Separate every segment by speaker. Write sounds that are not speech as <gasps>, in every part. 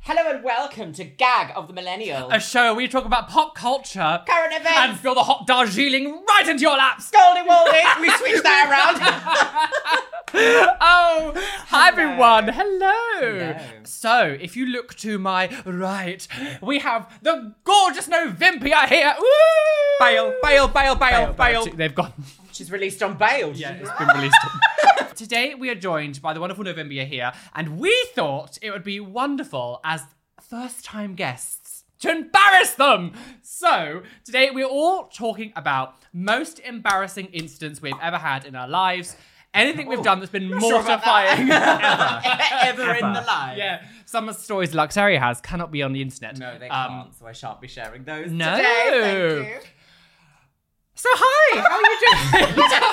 Speaker 1: Hello and welcome to Gag of the Millennial.
Speaker 2: A show where you talk about pop culture,
Speaker 1: <laughs> Current events.
Speaker 2: and throw the hot Darjeeling right into your laps.
Speaker 1: Golden Walden, we switched that around.
Speaker 2: Oh,
Speaker 1: Hello.
Speaker 2: hi everyone. Hello.
Speaker 1: Hello.
Speaker 2: So, if you look to my right, we have the gorgeous Novimpia here. Woo!
Speaker 3: Bail, bail, bail, bail,
Speaker 2: Bailed.
Speaker 3: bail.
Speaker 2: They've gone.
Speaker 1: She's released on bail. <laughs>
Speaker 2: Yeah, it's been released. <laughs> Today we are joined by the wonderful Novimpia here, and we thought it would be wonderful as first-time guests to embarrass them. So today we're all talking about most embarrassing incidents we've ever had in our lives. Anything we've done that's been
Speaker 1: sure about that. <laughs>
Speaker 2: mortifying
Speaker 1: ever, in the life.
Speaker 2: yeah, some of the stories Luxaria has cannot be on the internet.
Speaker 1: No, they
Speaker 2: Um,
Speaker 1: can't, so I shan't be sharing those
Speaker 2: No.
Speaker 1: today. Thank you.
Speaker 2: So hi, how are
Speaker 1: <laughs>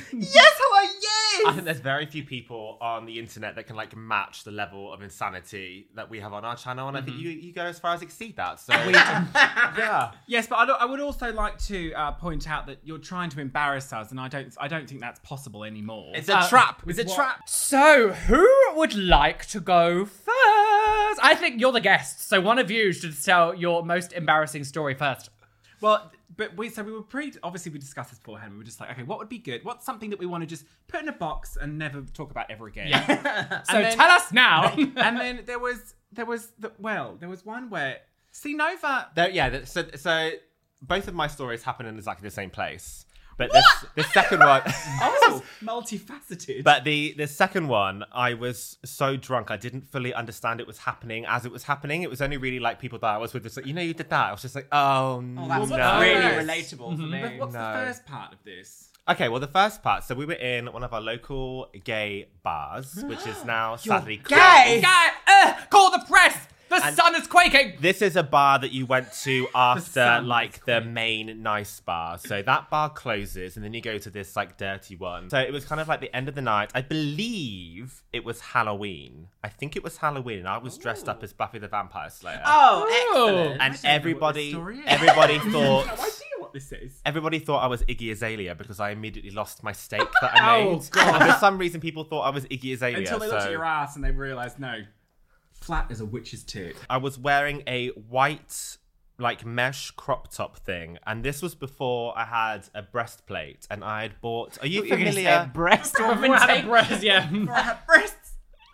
Speaker 2: you doing?
Speaker 1: Yes, how are you?
Speaker 3: I think there's very few people on the internet that can like match the level of insanity that we have on our channel, and I
Speaker 4: Mm-hmm.
Speaker 3: think you, you go as far as exceed that. So <laughs> yeah,
Speaker 4: Yes, but I'd, I would also like to uh, point out that you're trying to embarrass us, and I don't, I don't think that's possible anymore.
Speaker 3: it's a
Speaker 2: Uh,
Speaker 3: trap. It's a trap.
Speaker 2: so who would like to go first? I think you're the guest, so one of you should tell your most embarrassing story first.
Speaker 4: well, but we, so we were pre. Obviously, we discussed this beforehand. We were just like, okay, what would be good? What's something that we want to just put in a box and never talk about ever again?
Speaker 2: So
Speaker 4: then-
Speaker 2: tell us <laughs> now.
Speaker 4: and then there was, there was, the, well, there was one where, see, Nova.
Speaker 3: There- yeah. that- So so both of my stories happen in exactly the same place, but this the second one.
Speaker 4: <laughs> Oh, multifaceted.
Speaker 3: But the the second one, I was so drunk, I didn't fully understand it was happening as it was happening. It was only really like people that I was with, just like you know, you did that. I was just like, oh,
Speaker 1: Oh, that's
Speaker 3: no.
Speaker 1: really
Speaker 4: Yes. Mm-hmm.
Speaker 1: relatable for
Speaker 4: But
Speaker 1: me.
Speaker 4: what's
Speaker 3: no.
Speaker 4: the first part of this?
Speaker 3: Okay, well, the first part. So we were in one of our local gay bars, which
Speaker 1: <gasps>
Speaker 3: is now sadly
Speaker 1: gay?
Speaker 3: closed.
Speaker 2: Guy, uh, call the press. The
Speaker 3: And-
Speaker 2: sun is quaking.
Speaker 3: This is a bar that you went
Speaker 4: <laughs>
Speaker 3: to after
Speaker 4: sun
Speaker 3: like the main nice bar. So that bar closes, and then you go to this like dirty one. So it was kind of like the end of the night. I believe it was Halloween. I think it was Halloween, and I was dressed up as Buffy the Vampire Slayer.
Speaker 1: Oh,
Speaker 2: Oh.
Speaker 3: and
Speaker 4: Ah, don't know what this
Speaker 3: everybody,
Speaker 4: story is. <laughs>
Speaker 3: everybody
Speaker 4: No idea
Speaker 3: thought.
Speaker 4: what this is.
Speaker 3: Everybody thought I was Iggy Azalea because I immediately lost my steak that
Speaker 4: <laughs>
Speaker 3: I
Speaker 2: Oh,
Speaker 3: made.
Speaker 2: God.
Speaker 3: And for some reason, people thought I was Iggy Azalea.
Speaker 4: Until they looked
Speaker 3: so-
Speaker 4: at your ass and they realised, no, flat as a witch's tit.
Speaker 3: I was wearing a white like mesh crop top thing, and this was before I had a breastplate, and I had bought. Are you
Speaker 1: You're gonna say
Speaker 3: familiar?
Speaker 1: breast or
Speaker 2: Women take breath, yeah. <laughs>
Speaker 1: breasts.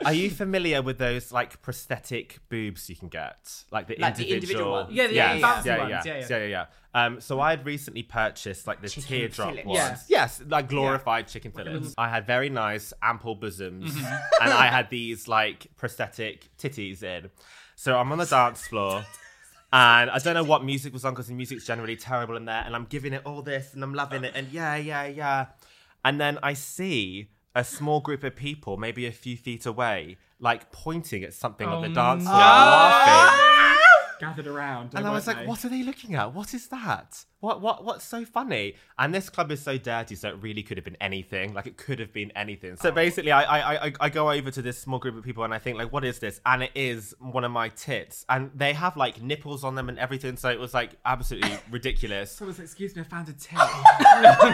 Speaker 3: Are you familiar with those like prosthetic boobs you can get, like the
Speaker 1: Like the
Speaker 3: individual?
Speaker 1: individual ones.
Speaker 2: Yeah, the-
Speaker 3: yes,
Speaker 2: yeah, fancy
Speaker 3: yeah,
Speaker 2: ones,
Speaker 3: yeah,
Speaker 2: yeah, yeah.
Speaker 3: yeah, yeah, yeah. Um, so I had recently purchased like the
Speaker 1: Chicken
Speaker 3: teardrop
Speaker 1: fillets.
Speaker 3: ones.
Speaker 2: Yes.
Speaker 3: Yes, like glorified chicken fillets. I had very nice ample bosoms,
Speaker 2: Mm-hmm.
Speaker 3: and I had these like prosthetic titties in. So I'm on the dance
Speaker 2: <laughs>
Speaker 3: floor. And I don't know what music was on because the music's generally terrible in there. And I'm giving it all this and I'm loving it. And yeah, yeah, yeah. And then I see a small group of people, maybe a few feet away, like pointing at something on the dance floor, and laughing.
Speaker 4: Gathered around.
Speaker 3: And I was
Speaker 4: weren't
Speaker 3: like,
Speaker 4: they?
Speaker 3: what are they looking at? What is that? What what what's so funny? And this club is so dirty, so it really could have been anything. Like it could have been anything.
Speaker 2: Oh.
Speaker 3: So basically I I, I I go over to this small group of people and I think like, what is this? And it is one of my tits. And they have like nipples on them and everything, so it was like
Speaker 2: <laughs>
Speaker 3: absolutely ridiculous.
Speaker 4: So I was like, excuse me, I found
Speaker 3: <laughs>
Speaker 4: a tip. <laughs>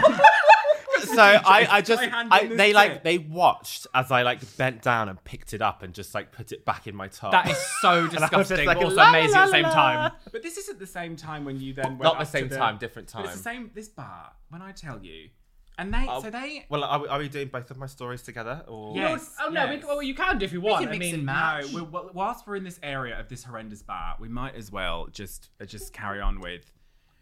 Speaker 3: so I, I just
Speaker 4: My hand
Speaker 3: I,
Speaker 4: on this
Speaker 3: they like
Speaker 4: tip.
Speaker 3: they watched as I like bent down and picked it up and just like put it back in my top.
Speaker 2: That is so
Speaker 3: <laughs> I was just
Speaker 2: disgusting.
Speaker 3: like,
Speaker 2: Also
Speaker 3: la,
Speaker 2: amazing at the
Speaker 3: la,
Speaker 2: same
Speaker 3: la.
Speaker 2: time.
Speaker 4: but this isn't the same time when you then went
Speaker 3: not the
Speaker 4: up to
Speaker 3: same time, different
Speaker 4: But
Speaker 3: time.
Speaker 4: it's the same this bar when I tell you, and they so they
Speaker 3: Well, are we, are we doing both of my stories together? Or
Speaker 4: Yeah.
Speaker 2: Yes, oh no,
Speaker 4: yes.
Speaker 2: we, well, you can do if you want.
Speaker 1: can mix
Speaker 2: I
Speaker 1: and
Speaker 2: mean,
Speaker 1: match.
Speaker 4: no. we whilst we're in this area of this horrendous bar, we might as well just uh, just carry on with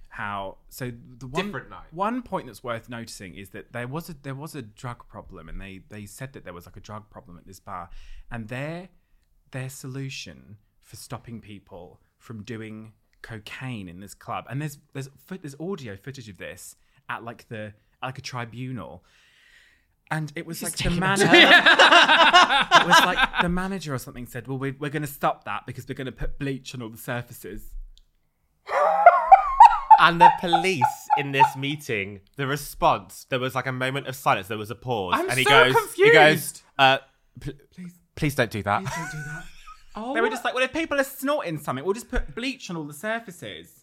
Speaker 4: how. So the one
Speaker 3: Different night.
Speaker 4: one point that's worth noticing is that there was a there was a drug problem, and they they said that there was like a drug problem at this bar, and their their solution for stopping people from doing cocaine in this club, and there's there's foot- there's audio footage of this at like the at like a tribunal. And it was like the man <laughs> it was like the manager or something said, "Well, we're, we're going to stop that because we're going to put bleach on all the surfaces."
Speaker 3: and the police in this meeting, the response, there was like a moment of silence, there was a pause.
Speaker 2: I'm
Speaker 3: and he
Speaker 2: so
Speaker 3: goes, He
Speaker 2: confused.
Speaker 3: goes, uh, pl- please, don't do that.
Speaker 4: Don't do
Speaker 3: <laughs>
Speaker 4: that.
Speaker 2: Oh,
Speaker 4: They were just like, "Well, if people are snorting something, we'll just put bleach on all the surfaces."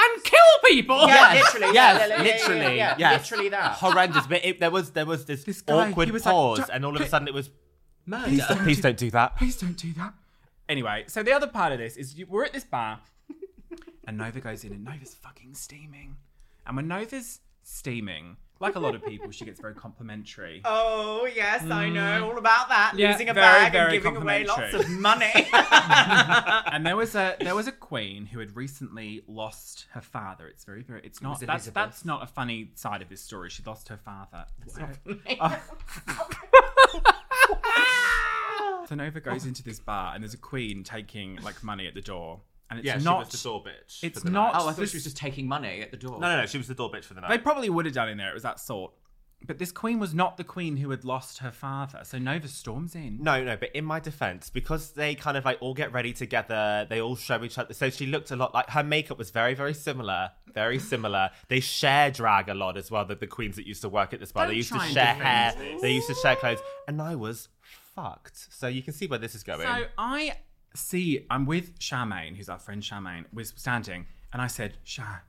Speaker 2: and kill people.
Speaker 1: Yeah, literally. yeah,
Speaker 3: yes,
Speaker 1: yeah, yeah, yeah,
Speaker 3: literally,
Speaker 1: yeah, yeah,
Speaker 3: yes.
Speaker 1: Literally that.
Speaker 3: Horrendous. But it, there was there was this,
Speaker 4: This guy,
Speaker 3: awkward
Speaker 4: he was like,
Speaker 3: pause,
Speaker 4: "Ju-
Speaker 3: and all of a
Speaker 4: please-
Speaker 3: sudden it was,
Speaker 4: Murder.
Speaker 3: please don't do that.
Speaker 4: Please don't do that. Anyway, so the other part of this is you, we're at this
Speaker 3: <laughs>
Speaker 4: bar, and Nova goes in, and Nova's fucking steaming. And when Nova's steaming, like a lot of people, she gets very complimentary.
Speaker 1: Oh yes, I know all about that.
Speaker 5: Yeah,
Speaker 1: Losing a
Speaker 4: very,
Speaker 1: bag
Speaker 4: very
Speaker 1: and giving away lots
Speaker 4: complimentary.
Speaker 1: of money.
Speaker 4: and there was a there was a queen who had recently lost her father. It's very very. It's not
Speaker 5: was
Speaker 4: that's
Speaker 5: Elizabeth.
Speaker 4: that's not a funny side of this story. She lost her father. <laughs> Oh. so Nova goes into this bar and there's a queen taking like money at the door, and it's
Speaker 3: Yeah,
Speaker 4: not.
Speaker 3: she was the door bitch.
Speaker 4: it's
Speaker 3: for the
Speaker 4: not-
Speaker 3: night. Oh,
Speaker 4: Oh, I thought she was
Speaker 5: just taking money at the door.
Speaker 3: No, no, no. She was the door bitch for the night.
Speaker 4: They probably would have done in there. It was that sort. But this queen was not the queen who had lost her father. So Nova storms in.
Speaker 3: No, no, but in my defense, because they kind of like all get ready together, they all show each other. So she looked a lot like her makeup was very, very similar. Very similar. They share drag a lot as well, the, the queens that used to work at this bar.
Speaker 4: Don't
Speaker 3: they used to
Speaker 4: try and
Speaker 3: share hair,
Speaker 4: defend
Speaker 3: they used to share clothes. And I was fucked. So you can see where this is going.
Speaker 4: So I see, I'm with Charmaine, who's our friend Charmaine, was standing, and I said, Char,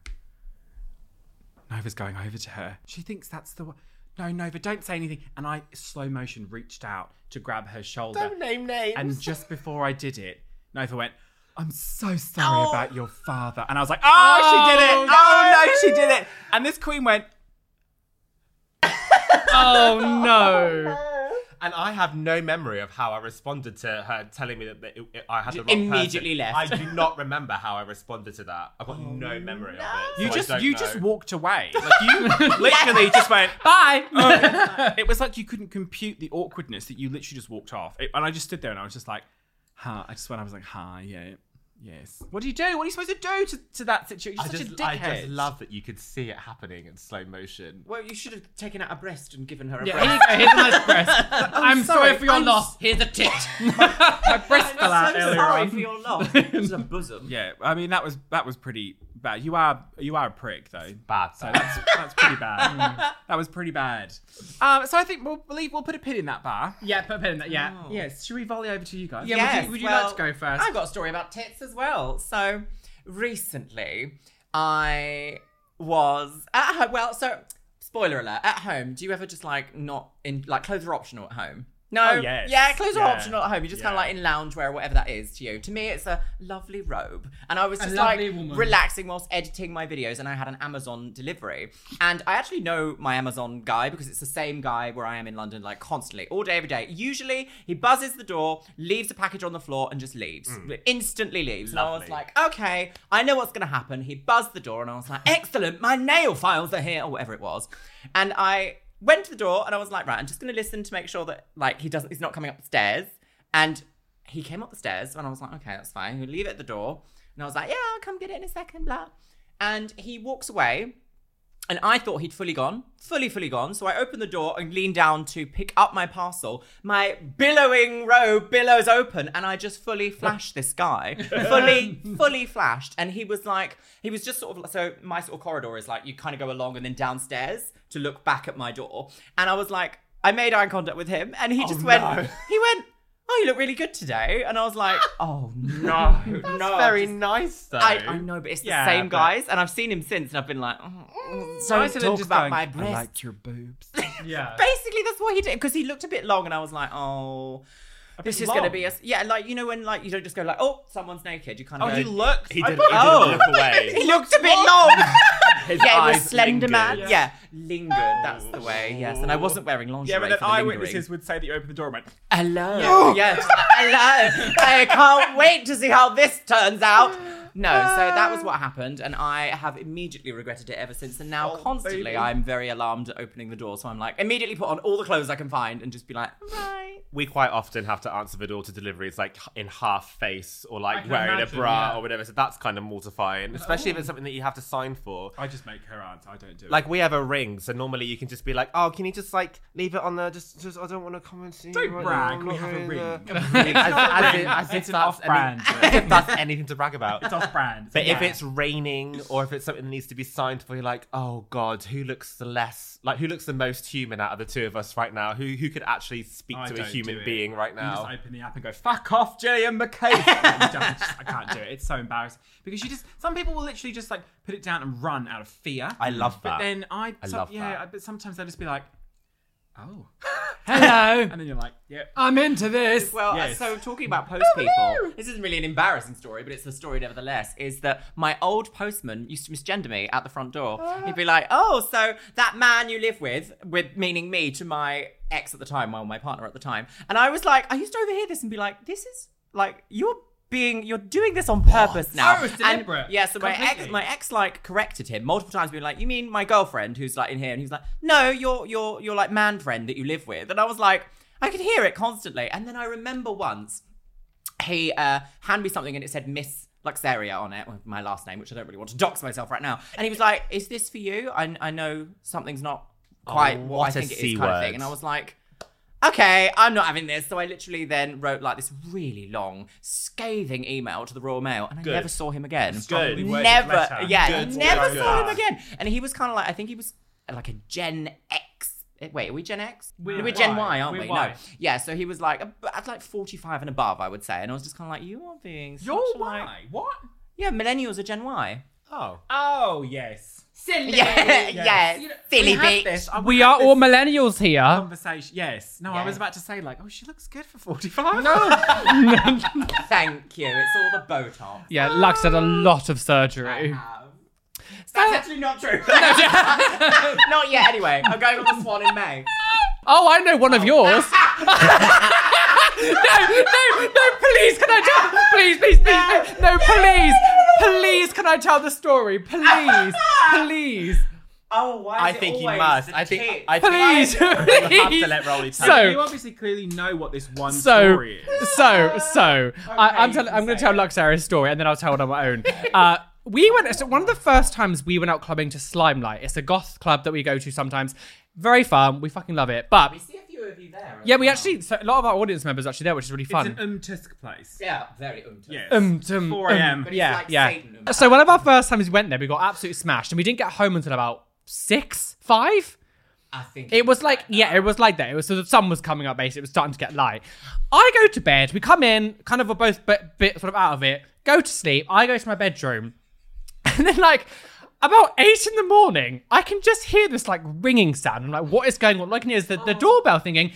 Speaker 4: Nova's going over to her. She thinks that's the one. No, Nova, don't say anything. And I, slow motion, reached out to grab her shoulder.
Speaker 3: Don't name names.
Speaker 4: And just before I did it, Nova went, I'm so sorry about your father. And I was like, oh, she did it.
Speaker 5: Oh,
Speaker 4: Oh, no, she did it. And this queen
Speaker 5: <laughs>
Speaker 4: went,
Speaker 5: Oh no.
Speaker 3: And I have no memory of how I responded to her telling me that it, it- I had the wrong
Speaker 5: Immediately
Speaker 3: person.
Speaker 5: left.
Speaker 3: I do not remember how I responded to that. I've
Speaker 4: Oh,
Speaker 3: got no memory of it.
Speaker 4: you
Speaker 3: so I
Speaker 4: just
Speaker 3: don't
Speaker 4: you
Speaker 3: know.
Speaker 4: just walked away. Like you <laughs> literally just went, <laughs>
Speaker 5: Bye.
Speaker 4: Um, it was like you couldn't compute the awkwardness that you literally just walked off. It- and I just stood there and I was just like, huh. I just went, I was like, huh, yeah, yes. What do you do? What are you supposed to do to, to that situation? You're
Speaker 3: I
Speaker 4: such a
Speaker 3: just, I
Speaker 4: dickhead.
Speaker 3: just love that you could see it happening in slow motion.
Speaker 1: well, you should have taken out a breast and given her a
Speaker 5: yeah,
Speaker 1: breast.
Speaker 5: here you go. Here's a nice breast. I'm sorry,
Speaker 4: sorry,
Speaker 5: for your
Speaker 4: I'm
Speaker 5: loss. Here's a tit.
Speaker 2: <laughs>
Speaker 5: My breast fell out
Speaker 1: I'm
Speaker 5: earlier
Speaker 1: sorry
Speaker 5: on.
Speaker 1: for
Speaker 5: <laughs>
Speaker 1: your loss. It was a bosom.
Speaker 4: Yeah, I mean that was that was pretty bad. You are you are a prick though.
Speaker 3: Bad.
Speaker 4: So that's that's pretty bad. That was pretty bad. Um, so I think we'll believe we'll put a pin in that bar. Oh.
Speaker 5: Yeah, put a pin in that. Yeah.
Speaker 4: Yes. Should we volley over to you guys?
Speaker 5: Yeah, would you, would you like to go first?
Speaker 1: I've got a story about tits as well. So recently, I was at home. Well, so spoiler alert: at home, do you ever just like not in like clothes are optional at home? No.
Speaker 4: Oh, yes.
Speaker 1: Yeah, clothes are
Speaker 4: Yeah.
Speaker 1: optional at home. You're just kind
Speaker 4: Yeah.
Speaker 1: of like in loungewear or whatever that is to you. To me, it's a lovely robe, and I was just like
Speaker 5: lovely woman.
Speaker 1: relaxing whilst editing my videos, and I had an Amazon delivery, and I actually know my Amazon guy because it's the same guy where I am in London, like constantly, all day, every day. Usually, he buzzes the door, leaves a package on the floor, and just leaves. Instantly leaves. And I was
Speaker 3: Lovely.
Speaker 1: like, okay, I know what's going to happen. He buzzed the door, and I was like, excellent, my nail files are here, or whatever it was, and I went to the door, and I was like, right, I'm just going to listen to make sure that like he doesn't, he's not coming upstairs, and he came up the stairs and I was like, okay, that's fine. He'll leave it at the door. And I was like, yeah, I'll come get it in a second, blah. And he walks away. And I thought he'd fully gone, fully, fully gone. So I opened the door and leaned down to pick up my parcel. My billowing robe billows open, and I just fully flashed this <laughs> guy, fully, fully flashed. And he was like, he was just sort of so my sort of corridor is like you kind of go along and then downstairs to look back at my door. And I was like, I made eye contact with him, and he just went,
Speaker 3: no.
Speaker 1: he went, oh, you look really good today. And I was <laughs> like, oh no, no,
Speaker 3: very
Speaker 1: Just-
Speaker 3: nice
Speaker 4: <laughs>
Speaker 3: though.
Speaker 1: Oh, I, I know, but it's
Speaker 4: Yeah,
Speaker 1: the same
Speaker 4: but-
Speaker 1: guys, and I've seen him since, and I've been like, oh, so
Speaker 4: Nicer
Speaker 1: talk
Speaker 4: than just
Speaker 1: about
Speaker 4: going,
Speaker 1: my breasts.
Speaker 4: I like your boobs.
Speaker 1: <laughs>
Speaker 5: yeah.
Speaker 1: Basically, that's what he did because he looked a bit long, and I was like, oh, this is gonna
Speaker 4: long?
Speaker 1: be a yeah, like you know when like you don't just go like, oh, someone's naked. You kind
Speaker 4: Oh,
Speaker 1: of
Speaker 4: you
Speaker 1: go,
Speaker 4: looked.
Speaker 3: <laughs> He
Speaker 4: I
Speaker 3: didn't,
Speaker 4: thought-
Speaker 3: he didn't
Speaker 1: oh.
Speaker 3: look away.
Speaker 4: <laughs>
Speaker 1: he looked a bit long.
Speaker 3: His
Speaker 1: yeah, it was
Speaker 3: eyes
Speaker 1: slender man.
Speaker 3: lingered.
Speaker 1: Yeah, lingered. That's the way. Yes, and I wasn't wearing lingerie.
Speaker 4: Yeah, but
Speaker 1: for
Speaker 4: then
Speaker 1: the lingering.
Speaker 4: eyewitnesses would say that you opened the door and went,
Speaker 1: Hello.
Speaker 4: Oh!
Speaker 1: Yes. Hello. I can't wait to see how this turns out. No, so that was what happened, and I have immediately regretted it ever since. And now,
Speaker 4: Oh,
Speaker 1: constantly,
Speaker 4: baby.
Speaker 1: I'm very alarmed at opening the door. So I'm like, immediately put on all the clothes I can find and just be like, right.
Speaker 3: We quite often have to answer the door to deliveries like in half face or
Speaker 5: I
Speaker 3: like
Speaker 5: can
Speaker 3: wearing
Speaker 5: imagine,
Speaker 3: a bra
Speaker 5: yeah.
Speaker 3: or whatever. So that's kind of mortifying, especially if it's something that you have to sign for.
Speaker 4: I just make her answer. I don't do it.
Speaker 3: Like we have a ring, so normally you can just be like, "Oh, can you just like leave it on there? Just, just I don't want to come and see."
Speaker 4: don't
Speaker 3: you right
Speaker 4: brag.
Speaker 3: now. I'm
Speaker 4: We
Speaker 3: not
Speaker 4: have a
Speaker 3: really,
Speaker 4: ring.
Speaker 3: uh, <laughs>
Speaker 4: It's not a
Speaker 3: as
Speaker 4: ring.
Speaker 3: if- <laughs> as if
Speaker 4: It's
Speaker 3: that's
Speaker 4: an off-brand.
Speaker 3: if that's anything to brag about.
Speaker 4: It's off-brand.
Speaker 3: But if
Speaker 4: Yeah.
Speaker 3: it's raining or if it's something that needs to be signed for, you're like, oh god, who looks the less like who looks the most human out of the two of us right now? Who who could actually speak
Speaker 4: I
Speaker 3: to a
Speaker 4: don't do
Speaker 3: human
Speaker 4: it.
Speaker 3: being right
Speaker 4: You just
Speaker 3: now?
Speaker 4: open the app and go, fuck off,
Speaker 3: <laughs>
Speaker 4: Gillian McCabe. I, don't- I can't do it. It's so embarrassing. Because you just, some people will literally just like put it down and run out of fear.
Speaker 3: I love
Speaker 4: But
Speaker 3: that.
Speaker 4: then I,
Speaker 3: I
Speaker 4: so-
Speaker 3: love
Speaker 4: yeah,
Speaker 3: that.
Speaker 4: I- but sometimes they'll just be like, Oh.
Speaker 2: Hello,
Speaker 4: And then you're like, yeah.
Speaker 3: Oh,
Speaker 2: I'm into this.
Speaker 1: Well,
Speaker 3: Yes.
Speaker 1: so talking about post people, this isn't really an embarrassing story, but it's a story nevertheless. Is that my old postman used to misgender me at the front door?
Speaker 3: Ah.
Speaker 1: He'd be like, "Oh, so that man you live with, with meaning me to my ex at the time, well, my partner at the time," and I was like, I used to overhear this and be like, "This is like you're." Being, you're doing this on purpose now.
Speaker 2: Oh, it's
Speaker 1: And-
Speaker 2: deliberate.
Speaker 1: yeah, so my ex,
Speaker 2: Completely.
Speaker 1: my ex, like corrected him multiple times, being like, "You mean my girlfriend who's like in here?" And he's like, "No, your your your like man friend that you live with." And I was like, I could hear it constantly. And then I remember once he uh, handed me something and it said Miss Luxaria on it, with my last name, which I don't really want to dox myself right now. And he was like, "Is this for you? I, I know something's not quite
Speaker 3: Oh,
Speaker 1: what I
Speaker 3: what a
Speaker 1: think it is,"
Speaker 3: C
Speaker 1: kind of
Speaker 3: word.
Speaker 1: thing. And I was like. Okay, I'm not having this. So I literally then wrote like this really long, scathing email to the Royal Mail, and I
Speaker 3: Good.
Speaker 1: never saw him again.
Speaker 3: Good.
Speaker 4: Worded
Speaker 1: Never,
Speaker 4: letter.
Speaker 1: yeah,
Speaker 3: Good
Speaker 1: never
Speaker 3: worded
Speaker 1: saw him
Speaker 3: letter.
Speaker 1: again. And he was kind of like, I think he was like a Gen X. eh, Wait, are we Gen X?
Speaker 2: We're
Speaker 1: We're, Gen
Speaker 2: Y.
Speaker 1: Y, aren't
Speaker 2: We're
Speaker 1: we?
Speaker 2: Y.
Speaker 1: No. Yeah, so he was like, ab- at like 45 and above, I would say. And I was just kind of like, you are being. such
Speaker 4: You're
Speaker 1: a, like-
Speaker 4: why? What?
Speaker 1: Yeah, millennials are Gen Y.
Speaker 3: Oh.
Speaker 4: Oh, yes.
Speaker 2: Silly.
Speaker 1: Yeah, <laughs> yeah,
Speaker 4: You know,
Speaker 1: silly
Speaker 4: we had
Speaker 1: bitch.
Speaker 4: this- I-
Speaker 2: We
Speaker 4: had
Speaker 2: are
Speaker 4: this
Speaker 2: all millennials here. <laughs>
Speaker 4: Conversation. Yes. No,
Speaker 1: Yeah.
Speaker 4: I was about to say, like, oh, she looks good for 45. <laughs>
Speaker 1: Thank you. It's all the Botox.
Speaker 2: yeah, Lux had a lot of
Speaker 1: I
Speaker 2: surgery. <laughs>
Speaker 1: have. That's actually not true. not yet, anyway. I'm going on the swan in May.
Speaker 2: Oh, I know one of yours. <laughs> no, no, no, please, can I tell? Please, please, please. No, no, please. Please, can I tell the story? Please, please,
Speaker 1: Oh, why? Is
Speaker 3: I
Speaker 1: it
Speaker 3: think you
Speaker 1: always
Speaker 3: must.
Speaker 1: the
Speaker 3: I think.
Speaker 1: kids?
Speaker 3: I think
Speaker 2: please,
Speaker 3: You have to
Speaker 4: <laughs>
Speaker 2: please.
Speaker 3: let Rolly tell
Speaker 2: So-
Speaker 3: you.
Speaker 4: you obviously clearly know what this one
Speaker 2: So,
Speaker 4: story is.
Speaker 2: so, so, I, I'm,
Speaker 1: you
Speaker 2: tell,
Speaker 1: can
Speaker 2: I'm going to
Speaker 1: say
Speaker 2: tell
Speaker 1: it.
Speaker 2: Luxaria's story and then I'll tell it on my own. Uh, we went, so one of the first times we went out clubbing to Slimelight. It's a goth club that we go to sometimes. Very fun. We fucking love it. But
Speaker 1: We see a few of you there. as
Speaker 2: yeah, we
Speaker 1: well.
Speaker 2: actually, so a lot of our audience members are actually there, which is really fun.
Speaker 4: It's an umtisk place.
Speaker 1: Yeah, very um.
Speaker 4: Yes.
Speaker 2: Um, tum,
Speaker 4: 4
Speaker 2: um,
Speaker 4: a.m.
Speaker 1: But it's
Speaker 2: yeah,
Speaker 1: like
Speaker 2: yeah.
Speaker 1: Satan.
Speaker 2: So one of our first times we went there, we got absolutely smashed, and we didn't get home until about six, five.
Speaker 1: I think
Speaker 2: It was like, yeah, it was like that. It was so the sun was coming up, basically. It was starting to get light. I go to bed. We come in, kind of, are both bit, bit sort of out of it. Go to sleep. I go to my bedroom, <laughs> and then like. About eight in the morning, I can just hear this like ringing sound. I'm like, what is going on? All I can hear is the, the doorbell thinking,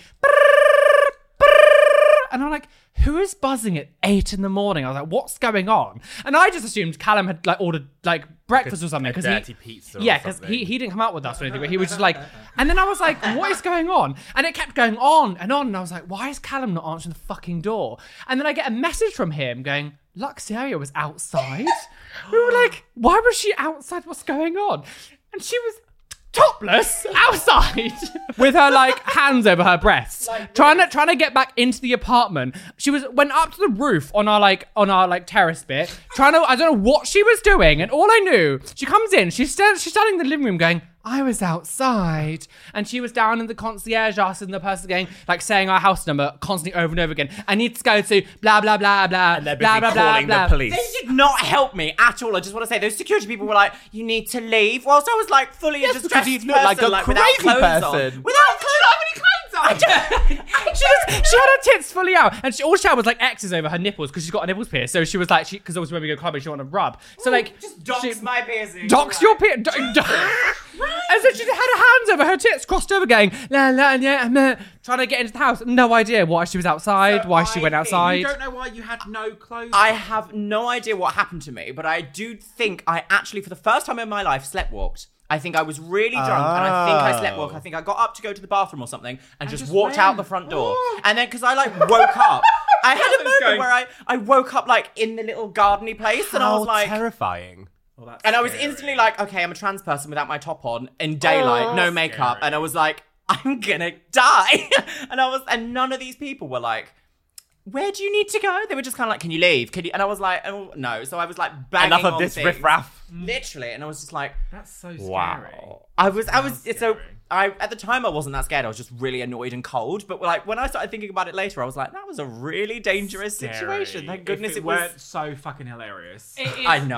Speaker 2: and I'm like, who is buzzing at eight in the morning? I was like, what's going on? And I just assumed Callum had like ordered like breakfast or something because
Speaker 3: dirty pizza or
Speaker 2: Yeah, because
Speaker 3: something.
Speaker 2: he, he didn't come out with us or anything, but he was just like, and then I was like, what is going on? And it kept going on and on, and I was like, why is Callum not answering the fucking door? And then I get a message from him going, Luxaria was outside. we were like, why was she outside? What's going on? And she was topless outside <laughs> with her like hands over her breasts trying to trying to get back into the apartment she was went up to the roof on our like on our like terrace bit trying to i don't know what she was doing and all i knew she comes in she's stand, she's standing in the living room going I was outside, and she was down in the concierge asking the person going, like saying our house number constantly over and over again. I need to go to blah blah blah blah
Speaker 3: They're busy
Speaker 2: blah blah blah
Speaker 3: calling
Speaker 2: blah.
Speaker 3: the
Speaker 1: They
Speaker 3: police.
Speaker 1: did not help me at all. I just want to say those security people were like, "You need to leave." Whilst I was like fully a distressed
Speaker 3: because you
Speaker 1: person,
Speaker 3: look like a
Speaker 1: without
Speaker 3: crazy
Speaker 1: clothes
Speaker 3: person.
Speaker 1: On. Without clothes, I have <laughs> any clothes on. I
Speaker 2: she, was, she had her tits fully out, and she, all she had was like X's over her nipples because she's got her nipples pierced. So she was like, she because obviously when we go clubbing, she wanted to rub. So like,
Speaker 1: just dox
Speaker 2: she-
Speaker 1: my piercing.
Speaker 2: dox your pi- do- do- <laughs> and so she had her hands over her tits, crossed over, going la la yeah, meh," trying to get into the house. No idea why she was outside,
Speaker 1: So
Speaker 2: why she
Speaker 1: I
Speaker 2: went
Speaker 1: think-
Speaker 4: You
Speaker 2: outside.
Speaker 4: don't know why you had no clothes.
Speaker 1: I have no idea what happened to me, but I do think I actually, for the first time in my life, slept walked. I think I was really drunk, and I think I slept walked. I think I got up to go to the bathroom or something, and, just,
Speaker 4: just
Speaker 1: walked
Speaker 4: went.
Speaker 1: out the front door. And then, because I like woke up, I had a
Speaker 4: Where was
Speaker 1: moment
Speaker 4: going?
Speaker 1: where I, I woke up like in the little gardeny place, and I
Speaker 3: How
Speaker 1: was like,
Speaker 3: terrifying.
Speaker 4: Well, Oh, that's
Speaker 1: and I was
Speaker 4: scary.
Speaker 1: instantly like, okay, I'm a trans person without my top on in daylight, no makeup,
Speaker 4: scary.
Speaker 1: and I was like, <laughs> I'm gonna die. <laughs> and I was, and none of these people were like. Where do you need to go? They were just kind of like, "Can you leave? Can you?" And I was like, "Oh no!" So I was like, banging
Speaker 3: Enough of
Speaker 1: on
Speaker 3: this
Speaker 1: things,
Speaker 3: riffraff.
Speaker 4: Mm-hmm.
Speaker 1: literally. And I was just like,
Speaker 4: That's so scary.
Speaker 3: Wow.
Speaker 1: I was, I was,
Speaker 4: Sounds
Speaker 1: so
Speaker 4: scary.
Speaker 1: I at the time I wasn't that scared. I was just really annoyed and cold. But like when I started thinking about it later, I was like, that was a really dangerous situation. Thank goodness
Speaker 4: if it,
Speaker 1: it, was.
Speaker 4: weren't so fucking
Speaker 1: <laughs>
Speaker 4: hilarious.
Speaker 1: I know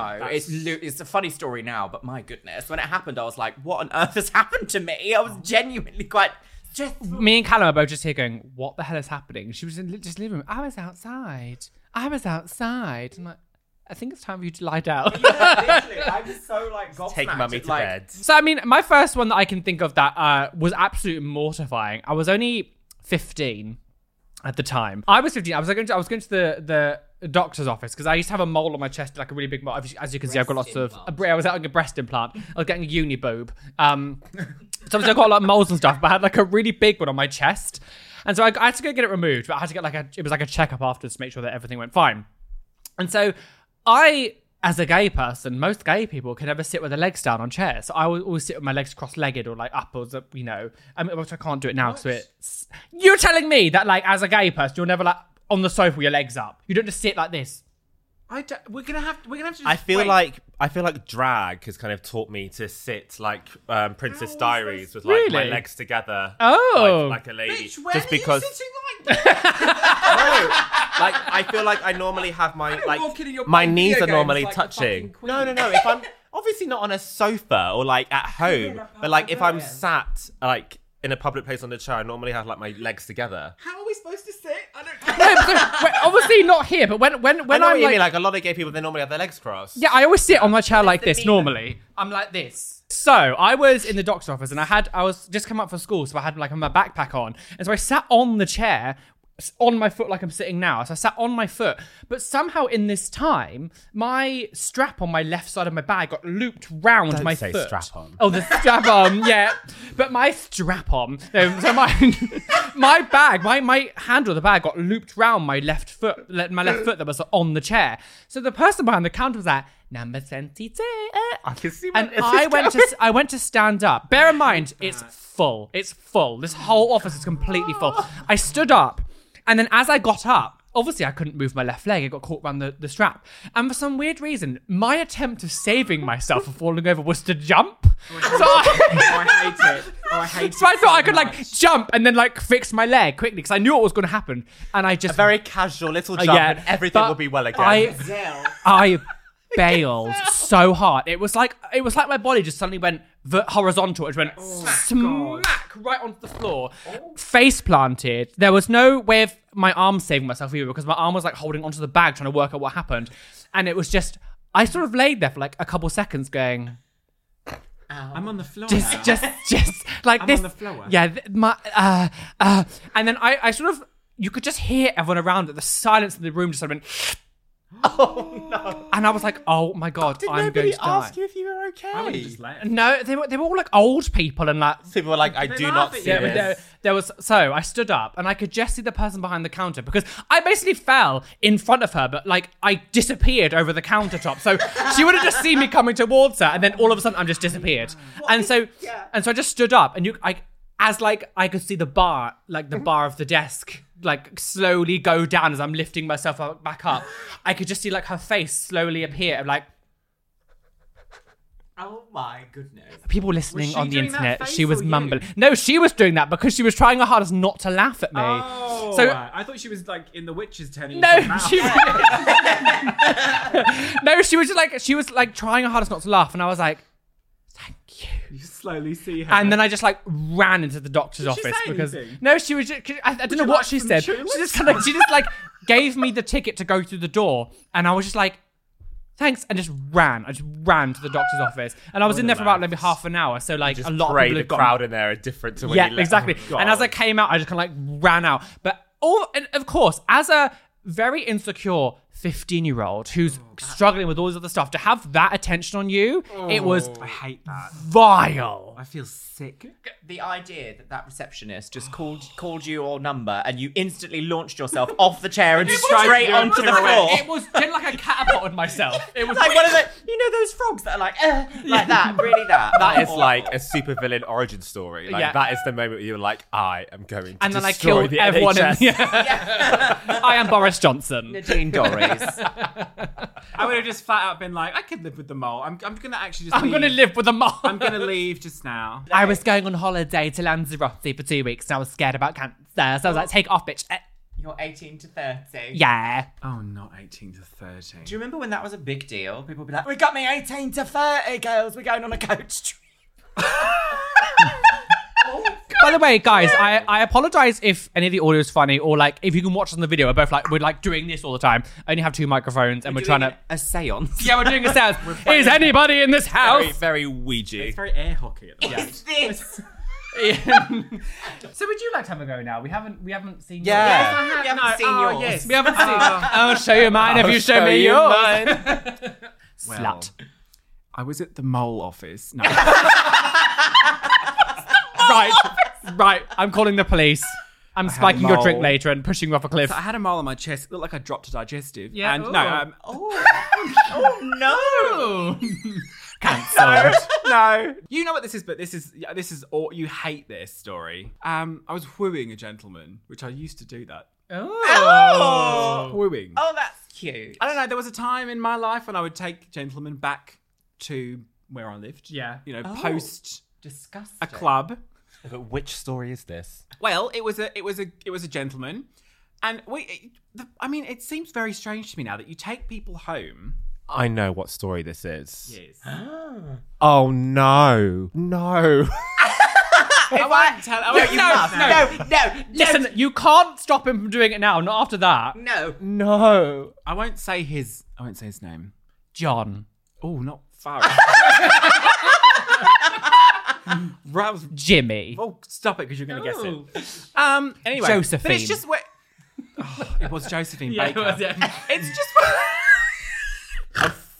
Speaker 1: it's
Speaker 4: That's-
Speaker 1: lu- it's a funny story now, but my goodness, when it happened, I was like, what on earth has <laughs> happened to me? I was genuinely quite just.
Speaker 2: Me and Callum are both just here going, what the hell is happening? She was in li- just living room. I was outside. I was outside. I'm like, I think it's time for you to lie down.
Speaker 1: Literally, I'm just so like gobsmacked.
Speaker 3: Take mummy
Speaker 1: at,
Speaker 3: to
Speaker 1: like,
Speaker 3: bed.
Speaker 2: So I mean, my first one that I can think of that uh, was absolutely mortifying. I was only fifteen at the time. I was fifteen. I was like, going to I was going to the the doctor's office because I used to have a mole on my chest, like a really big mole. Obviously, As you can see, I've got lots
Speaker 1: Breast
Speaker 2: of.
Speaker 1: implant.
Speaker 2: I was having a breast implant. I was getting a uni boob. Um, so obviously I got a lot of moles and stuff, but I had like a really big one on my chest, and so I, I had to go get it removed. But I had to get like a. It was like a checkup afterwards to make sure that everything went fine. And so I, as a gay person, most gay people can never sit with their legs down on chairs. So I will always sit with my legs cross-legged or like up or z- you know. I mean, which I can't do it now. So it's you're telling me that like as a gay person, you're never like on the sofa with your legs up. You don't just sit like this.
Speaker 4: I don't- we're gonna have we're gonna have to. Just
Speaker 3: I feel
Speaker 4: wait.
Speaker 3: like I feel like drag has kind of taught me to sit like um, Princess Diaries with like my
Speaker 2: Really?
Speaker 3: legs together,
Speaker 2: Oh.
Speaker 3: like, like a lady,
Speaker 4: Bitch, where
Speaker 3: just
Speaker 4: are
Speaker 3: because.
Speaker 4: you sitting like that?
Speaker 3: No, like I feel like I normally have my
Speaker 4: don't
Speaker 3: like
Speaker 4: walk in and you're
Speaker 3: my
Speaker 4: playing
Speaker 3: knees
Speaker 4: video
Speaker 3: are
Speaker 4: games
Speaker 3: normally
Speaker 4: like the fucking
Speaker 3: touching.
Speaker 4: queen.
Speaker 3: No, no, no. If I'm obviously not on a sofa or like at home, but like if I'm sat like in a public place on a chair, I normally have like my legs together.
Speaker 4: How are we supposed to sit? I don't.
Speaker 2: No, so, well, obviously not here, but when when
Speaker 3: I
Speaker 2: when
Speaker 3: know
Speaker 2: I'm
Speaker 3: what you mean.
Speaker 2: like,
Speaker 3: Like a lot of gay people, they normally have their legs crossed.
Speaker 2: yeah, I always sit on my chair like
Speaker 1: the
Speaker 2: this
Speaker 1: meme.
Speaker 2: normally. I'm like this. So I was in the doctor's office and I had I was just come up for school, so I had like my backpack on, and so I sat on the chair s- on my foot like I'm sitting now. So I sat on my foot, but somehow in this time, my strap on my left side of my bag got looped round
Speaker 3: Don't
Speaker 2: my
Speaker 3: say
Speaker 2: foot.
Speaker 3: strap on.
Speaker 2: Oh, the strap on, yeah. But my strap on, no, so my <laughs> my bag, my my handle of the bag got looped round my left foot, le- my left foot that was on the chair. So the person behind the counter was like, number twenty two.
Speaker 3: I can see. where
Speaker 2: And
Speaker 3: this is
Speaker 2: I went to
Speaker 3: going.
Speaker 2: s- I went to stand up. Bear in mind, it's full. It's full. This whole office is completely full. I stood up, and then as I got up, obviously I couldn't move my left leg. I got caught around the, the strap. And for some weird reason, my attempt of saving myself of falling over was to jump. So I,
Speaker 4: Oh, I hate <laughs> it.
Speaker 2: <laughs>
Speaker 4: Oh, I hate
Speaker 2: so I
Speaker 4: it.
Speaker 2: thought I could like
Speaker 4: much.
Speaker 2: jump and then like fix my leg quickly because I knew what was going to happen. And I just
Speaker 3: a very casual little
Speaker 2: Uh,
Speaker 3: jump, and everything
Speaker 2: but
Speaker 3: will be well
Speaker 2: <laughs>
Speaker 3: again.
Speaker 2: I,
Speaker 1: Zell.
Speaker 2: I bailed so hard. It was like it was like my body just suddenly went ver- horizontal. It went smack right onto the floor, face planted. There was no way of my arm saving myself either because my arm was like holding onto the bag trying to work out what happened, and it was just I sort of laid there for like a couple seconds going.
Speaker 4: I'm on the floor. now.
Speaker 2: Just,
Speaker 4: <laughs>
Speaker 2: just, just like
Speaker 4: I'm
Speaker 2: this.
Speaker 4: on the floor.
Speaker 2: Yeah, th- my, uh, uh, and then I, I sort of, you could just hear everyone around it. The silence in the room just sort of went,
Speaker 3: <laughs> oh no!
Speaker 2: and I was like, oh my god,
Speaker 3: Did
Speaker 2: I'm
Speaker 3: nobody
Speaker 2: going to die.
Speaker 3: ask you if you were okay?
Speaker 4: I would have just left.
Speaker 2: No, they were they were all like old people and like
Speaker 3: People were like, I
Speaker 4: They
Speaker 3: do
Speaker 4: laugh
Speaker 3: not
Speaker 4: at
Speaker 3: see
Speaker 4: you. Yeah,
Speaker 2: there,
Speaker 4: but
Speaker 3: this.
Speaker 2: there, there was so I stood up and I could just see the person behind the counter because I basically fell in front of her, but like I disappeared over the countertop, so she would have just seen me coming towards her, and then all of a sudden I'm just disappeared, and so and so I just stood up and you I as like I could see the bar like the bar of the desk like slowly go down as I'm lifting myself up, back up, I could just see like her face slowly appear like.
Speaker 1: Oh my goodness.
Speaker 2: people listening
Speaker 4: she
Speaker 2: on the
Speaker 4: doing that
Speaker 2: internet,
Speaker 4: face
Speaker 2: she was
Speaker 4: or you?
Speaker 2: mumbling. No, she was doing that because she was trying her hardest not to laugh at me.
Speaker 4: Oh,
Speaker 2: So-
Speaker 4: I thought she was like in the witches turning. into a
Speaker 2: No,
Speaker 4: mouse.
Speaker 2: she. <laughs> no, she was just like she was like trying her hardest not to laugh, and I was like, "Thank you."
Speaker 4: You slowly see her.
Speaker 2: And then I just like ran into the doctor's
Speaker 4: she
Speaker 2: office
Speaker 4: say
Speaker 2: because
Speaker 4: anything?
Speaker 2: no, she was. Just, 'cause I, I don't know
Speaker 4: you
Speaker 2: what
Speaker 4: like
Speaker 2: she
Speaker 4: some
Speaker 2: said.
Speaker 4: chewless?
Speaker 2: She just kind of, she just like gave me the ticket to go through the door, and I was just like. Thanks, and just ran. I just ran to the doctor's office, and I was in there for about maybe half an hour. So like a lot of
Speaker 3: Pray
Speaker 2: people
Speaker 3: the
Speaker 2: had gone.
Speaker 3: crowd in there are different to when
Speaker 2: yeah,
Speaker 3: you left.
Speaker 2: exactly.
Speaker 3: Oh,
Speaker 2: and as I
Speaker 3: God.
Speaker 2: came out, I just kind of like ran out. But all, and of course, as a very insecure 15 year old who's struggling with all this other stuff, to have that attention on you, it was
Speaker 4: Oh. I hate that.
Speaker 2: vile.
Speaker 4: I feel sick.
Speaker 2: <laughs>
Speaker 1: The idea that that receptionist just called called you or number and you instantly launched yourself <laughs> off the chair and straight
Speaker 4: do a
Speaker 1: onto the floor.
Speaker 4: pirouette.
Speaker 1: <laughs>
Speaker 2: It was did like I catapulted myself. It was
Speaker 1: like one of the, you know, those frogs that are like, eh, like that. Really, that.
Speaker 3: That is
Speaker 1: Or-
Speaker 3: like
Speaker 1: <laughs>
Speaker 3: a supervillain origin story. Like
Speaker 2: Yeah.
Speaker 3: that is the moment where you're like, I am going to
Speaker 2: and then I
Speaker 3: destroy
Speaker 2: killed
Speaker 3: the
Speaker 2: everyone. In
Speaker 3: NHS. <laughs>
Speaker 2: the,
Speaker 1: <laughs>
Speaker 2: <laughs> I am Boris Johnson.
Speaker 1: Nadine Dorries.
Speaker 4: I would have just flat out been like, I could live with the mole. I'm, I'm gonna actually just.
Speaker 2: I'm gonna
Speaker 4: leave.
Speaker 2: live with a mom.
Speaker 4: I'm gonna
Speaker 2: <laughs>
Speaker 4: leave just now.
Speaker 2: I was going on holiday to Lanzarote for two weeks, and I was scared about cancer. So I was like, "Take off, bitch." Eh,
Speaker 1: You're 18 to 30.
Speaker 2: yeah.
Speaker 4: Oh, not 18 to 13.
Speaker 1: Do you remember when that was a big deal? People would be like, we got me 18 to 30, girls. We're going on a coach trip.
Speaker 2: By the way, guys, I, I apologize if any of the audio is funny or like if you can watch us on the video. We're both like we're like doing this all the time. I only have two microphones and we're, trying to.
Speaker 1: a <laughs> séance.
Speaker 2: Yeah, we're doing a sound. is anybody in this
Speaker 3: Very,
Speaker 2: house?
Speaker 3: very Ouija.
Speaker 4: It's very air hockey at the moment.
Speaker 1: It's this.
Speaker 2: <laughs> so would you like to have a go now? We haven't we haven't seen.
Speaker 3: Yeah.
Speaker 2: yours.
Speaker 3: I
Speaker 1: We haven't seen
Speaker 4: oh,
Speaker 1: yours.
Speaker 2: we haven't seen. <laughs> I'll show you mine if you show, me yours.
Speaker 4: Well,
Speaker 2: Slut.
Speaker 4: I was at the mole office. No.
Speaker 2: <laughs> Right, right. I'm calling the police. I'm spiking your drink
Speaker 4: mole.
Speaker 2: later and pushing you off a cliff.
Speaker 4: I had a mole on my chest. It looked like I dropped a digestive.
Speaker 2: Yeah,
Speaker 4: And
Speaker 2: ooh.
Speaker 4: no, um,
Speaker 1: No.
Speaker 4: <laughs> no, no. You know what this is, but this is yeah, this is all you hate this story. Um, I was wooing a gentleman, which I used to do that.
Speaker 1: Oh.
Speaker 4: Wooing.
Speaker 1: Oh, that's cute.
Speaker 4: I don't know. There was a time in my life when I would take gentlemen back to where I lived.
Speaker 2: Yeah.
Speaker 4: You know, post
Speaker 1: Disgusting.
Speaker 4: a club.
Speaker 3: But which story is this?
Speaker 4: Well, it was a it was a it was a gentleman, and we. It, the, I mean, it seems very strange to me now that you take people home.
Speaker 3: I know what story this is.
Speaker 4: <laughs> Yes.
Speaker 3: Oh no. No. <laughs>
Speaker 4: I won't tell. oh, I won't
Speaker 1: No, no, no, no,
Speaker 2: Listen, you can't stop him from doing it now. Not after that.
Speaker 1: no.
Speaker 3: no.
Speaker 4: I won't say his. I won't say his name.
Speaker 2: John.
Speaker 4: Oh, not far. <laughs> Rouse.
Speaker 2: <laughs> Jimmy.
Speaker 4: Oh, stop it, because you're going to guess it. Um. Anyway, but
Speaker 2: Josephine.
Speaker 4: it's just where. Oh, it was <laughs>
Speaker 1: <laughs>
Speaker 4: Josephine Baker.
Speaker 2: It's just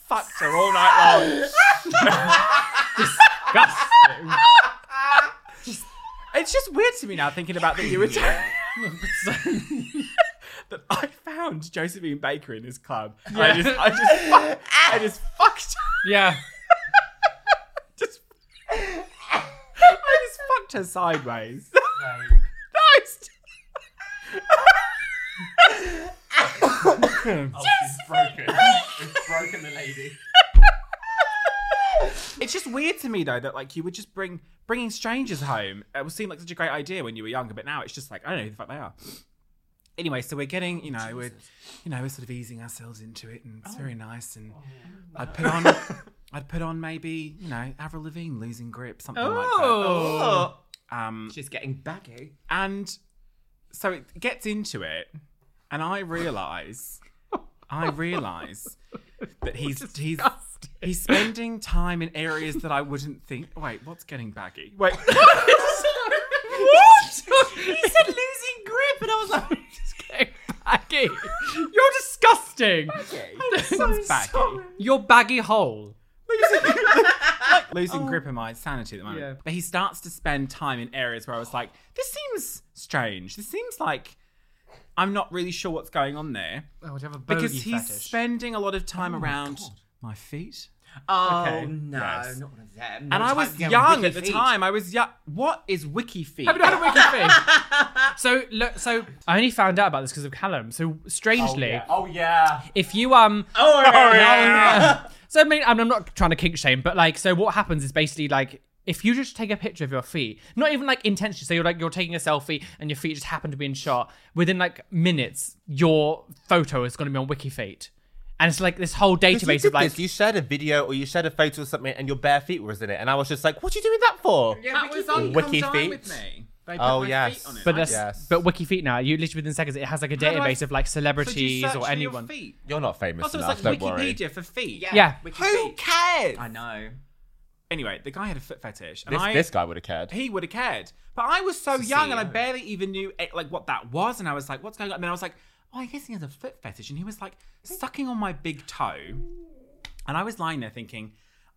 Speaker 4: Fucked her all night
Speaker 3: <laughs>
Speaker 4: long.
Speaker 2: disgusting.
Speaker 4: It's just weird to me now thinking about that you were. <laughs> that I found Josephine Baker in this club. And I
Speaker 2: Yeah.
Speaker 4: just, I just, fu- I just fucked.
Speaker 2: yeah.
Speaker 4: Just, I just fucked her sideways. <laughs> Nice.
Speaker 2: Broken the lady.
Speaker 4: It's just weird to me though that like you would just bring bringing strangers home. It would seem like such a great idea when you were younger, but now it's just like I don't know who the fuck they are. Anyway, so we're getting you know we're you know we're sort of easing ourselves into it, and it's very nice. And I'd put on I'd put on maybe you know Avril Lavigne losing grip something like
Speaker 2: Oh.
Speaker 1: Oh,
Speaker 4: that. Um,
Speaker 1: she's getting baggy.
Speaker 4: and so it gets into it, and I realize, I realize that he's he's he's spending time in areas that I wouldn't think. Wait, what's getting baggy? Wait,
Speaker 2: <laughs> What?
Speaker 1: He said losing grip, and I was
Speaker 2: <laughs>
Speaker 1: like,
Speaker 2: baggy. You're disgusting. <laughs>
Speaker 4: it's baggy.
Speaker 2: You're baggy hole.
Speaker 4: <laughs> Losing grip of my sanity at the moment.
Speaker 2: Yeah.
Speaker 4: But he starts to spend time in areas where I was like, this seems strange. This seems like I'm not really sure what's going on there
Speaker 2: Oh, would you have a bogey
Speaker 4: because he's
Speaker 2: fetish?
Speaker 4: spending a lot of time around Oh my feet.
Speaker 1: oh
Speaker 4: Okay.
Speaker 1: no,
Speaker 4: Yes.
Speaker 1: not one of them.
Speaker 4: And I was young at the time. I was young. What is wiki feet?
Speaker 2: Have you had a
Speaker 1: <laughs>
Speaker 2: wiki thing? So look, so I only found out about this because of Callum. So strangely,
Speaker 3: Oh yeah.
Speaker 2: if you um
Speaker 1: Oh,
Speaker 4: <laughs>
Speaker 2: Yeah. <laughs> So I mean, I'm I'm not trying to kink shame, but like, so what happens is basically like, if you just take a picture of your feet, not even like intentionally, so you're like you're taking a selfie and your feet just happen to be in shot. Within like minutes, your photo is going to be on WikiFeet, and it's like this whole
Speaker 3: You,
Speaker 2: database
Speaker 3: did
Speaker 2: of like.
Speaker 3: this. you shared a video or you shared a photo or something and your bare feet was in it. And I was just like, what are you doing that for?
Speaker 4: that was on
Speaker 3: Wiki
Speaker 4: Come Dine
Speaker 3: Feet.
Speaker 4: with me. They put
Speaker 3: Oh,
Speaker 4: my
Speaker 3: yes.
Speaker 4: feet on it.
Speaker 2: But
Speaker 4: I-
Speaker 2: that's
Speaker 3: Yes.
Speaker 2: but WikiFeet now, you literally within seconds it has like a
Speaker 4: do I-
Speaker 2: databes of like
Speaker 4: So did you
Speaker 2: celebrities
Speaker 4: search
Speaker 2: or
Speaker 4: for your
Speaker 2: anyone.
Speaker 4: feet?
Speaker 3: You're not famous
Speaker 4: Also,
Speaker 3: enough,
Speaker 4: it's like
Speaker 3: don't
Speaker 4: Wikipedia
Speaker 3: worry.
Speaker 4: for feet.
Speaker 2: Yeah.
Speaker 1: Wiki
Speaker 4: Who
Speaker 1: feet.
Speaker 4: cares?
Speaker 1: I know.
Speaker 4: Anyway, the guy had a foot fetish, and
Speaker 3: This,
Speaker 4: I
Speaker 3: this guy would have cared.
Speaker 4: he would have cared. But I was so young, and I
Speaker 3: E
Speaker 1: CEO.
Speaker 4: barely even knew eh, like what that was. And I was like, "What's going on?" And then I was like, "Oh, I guess he has a foot fetish." And he was like sucking on my big toe, and I was lying there thinking,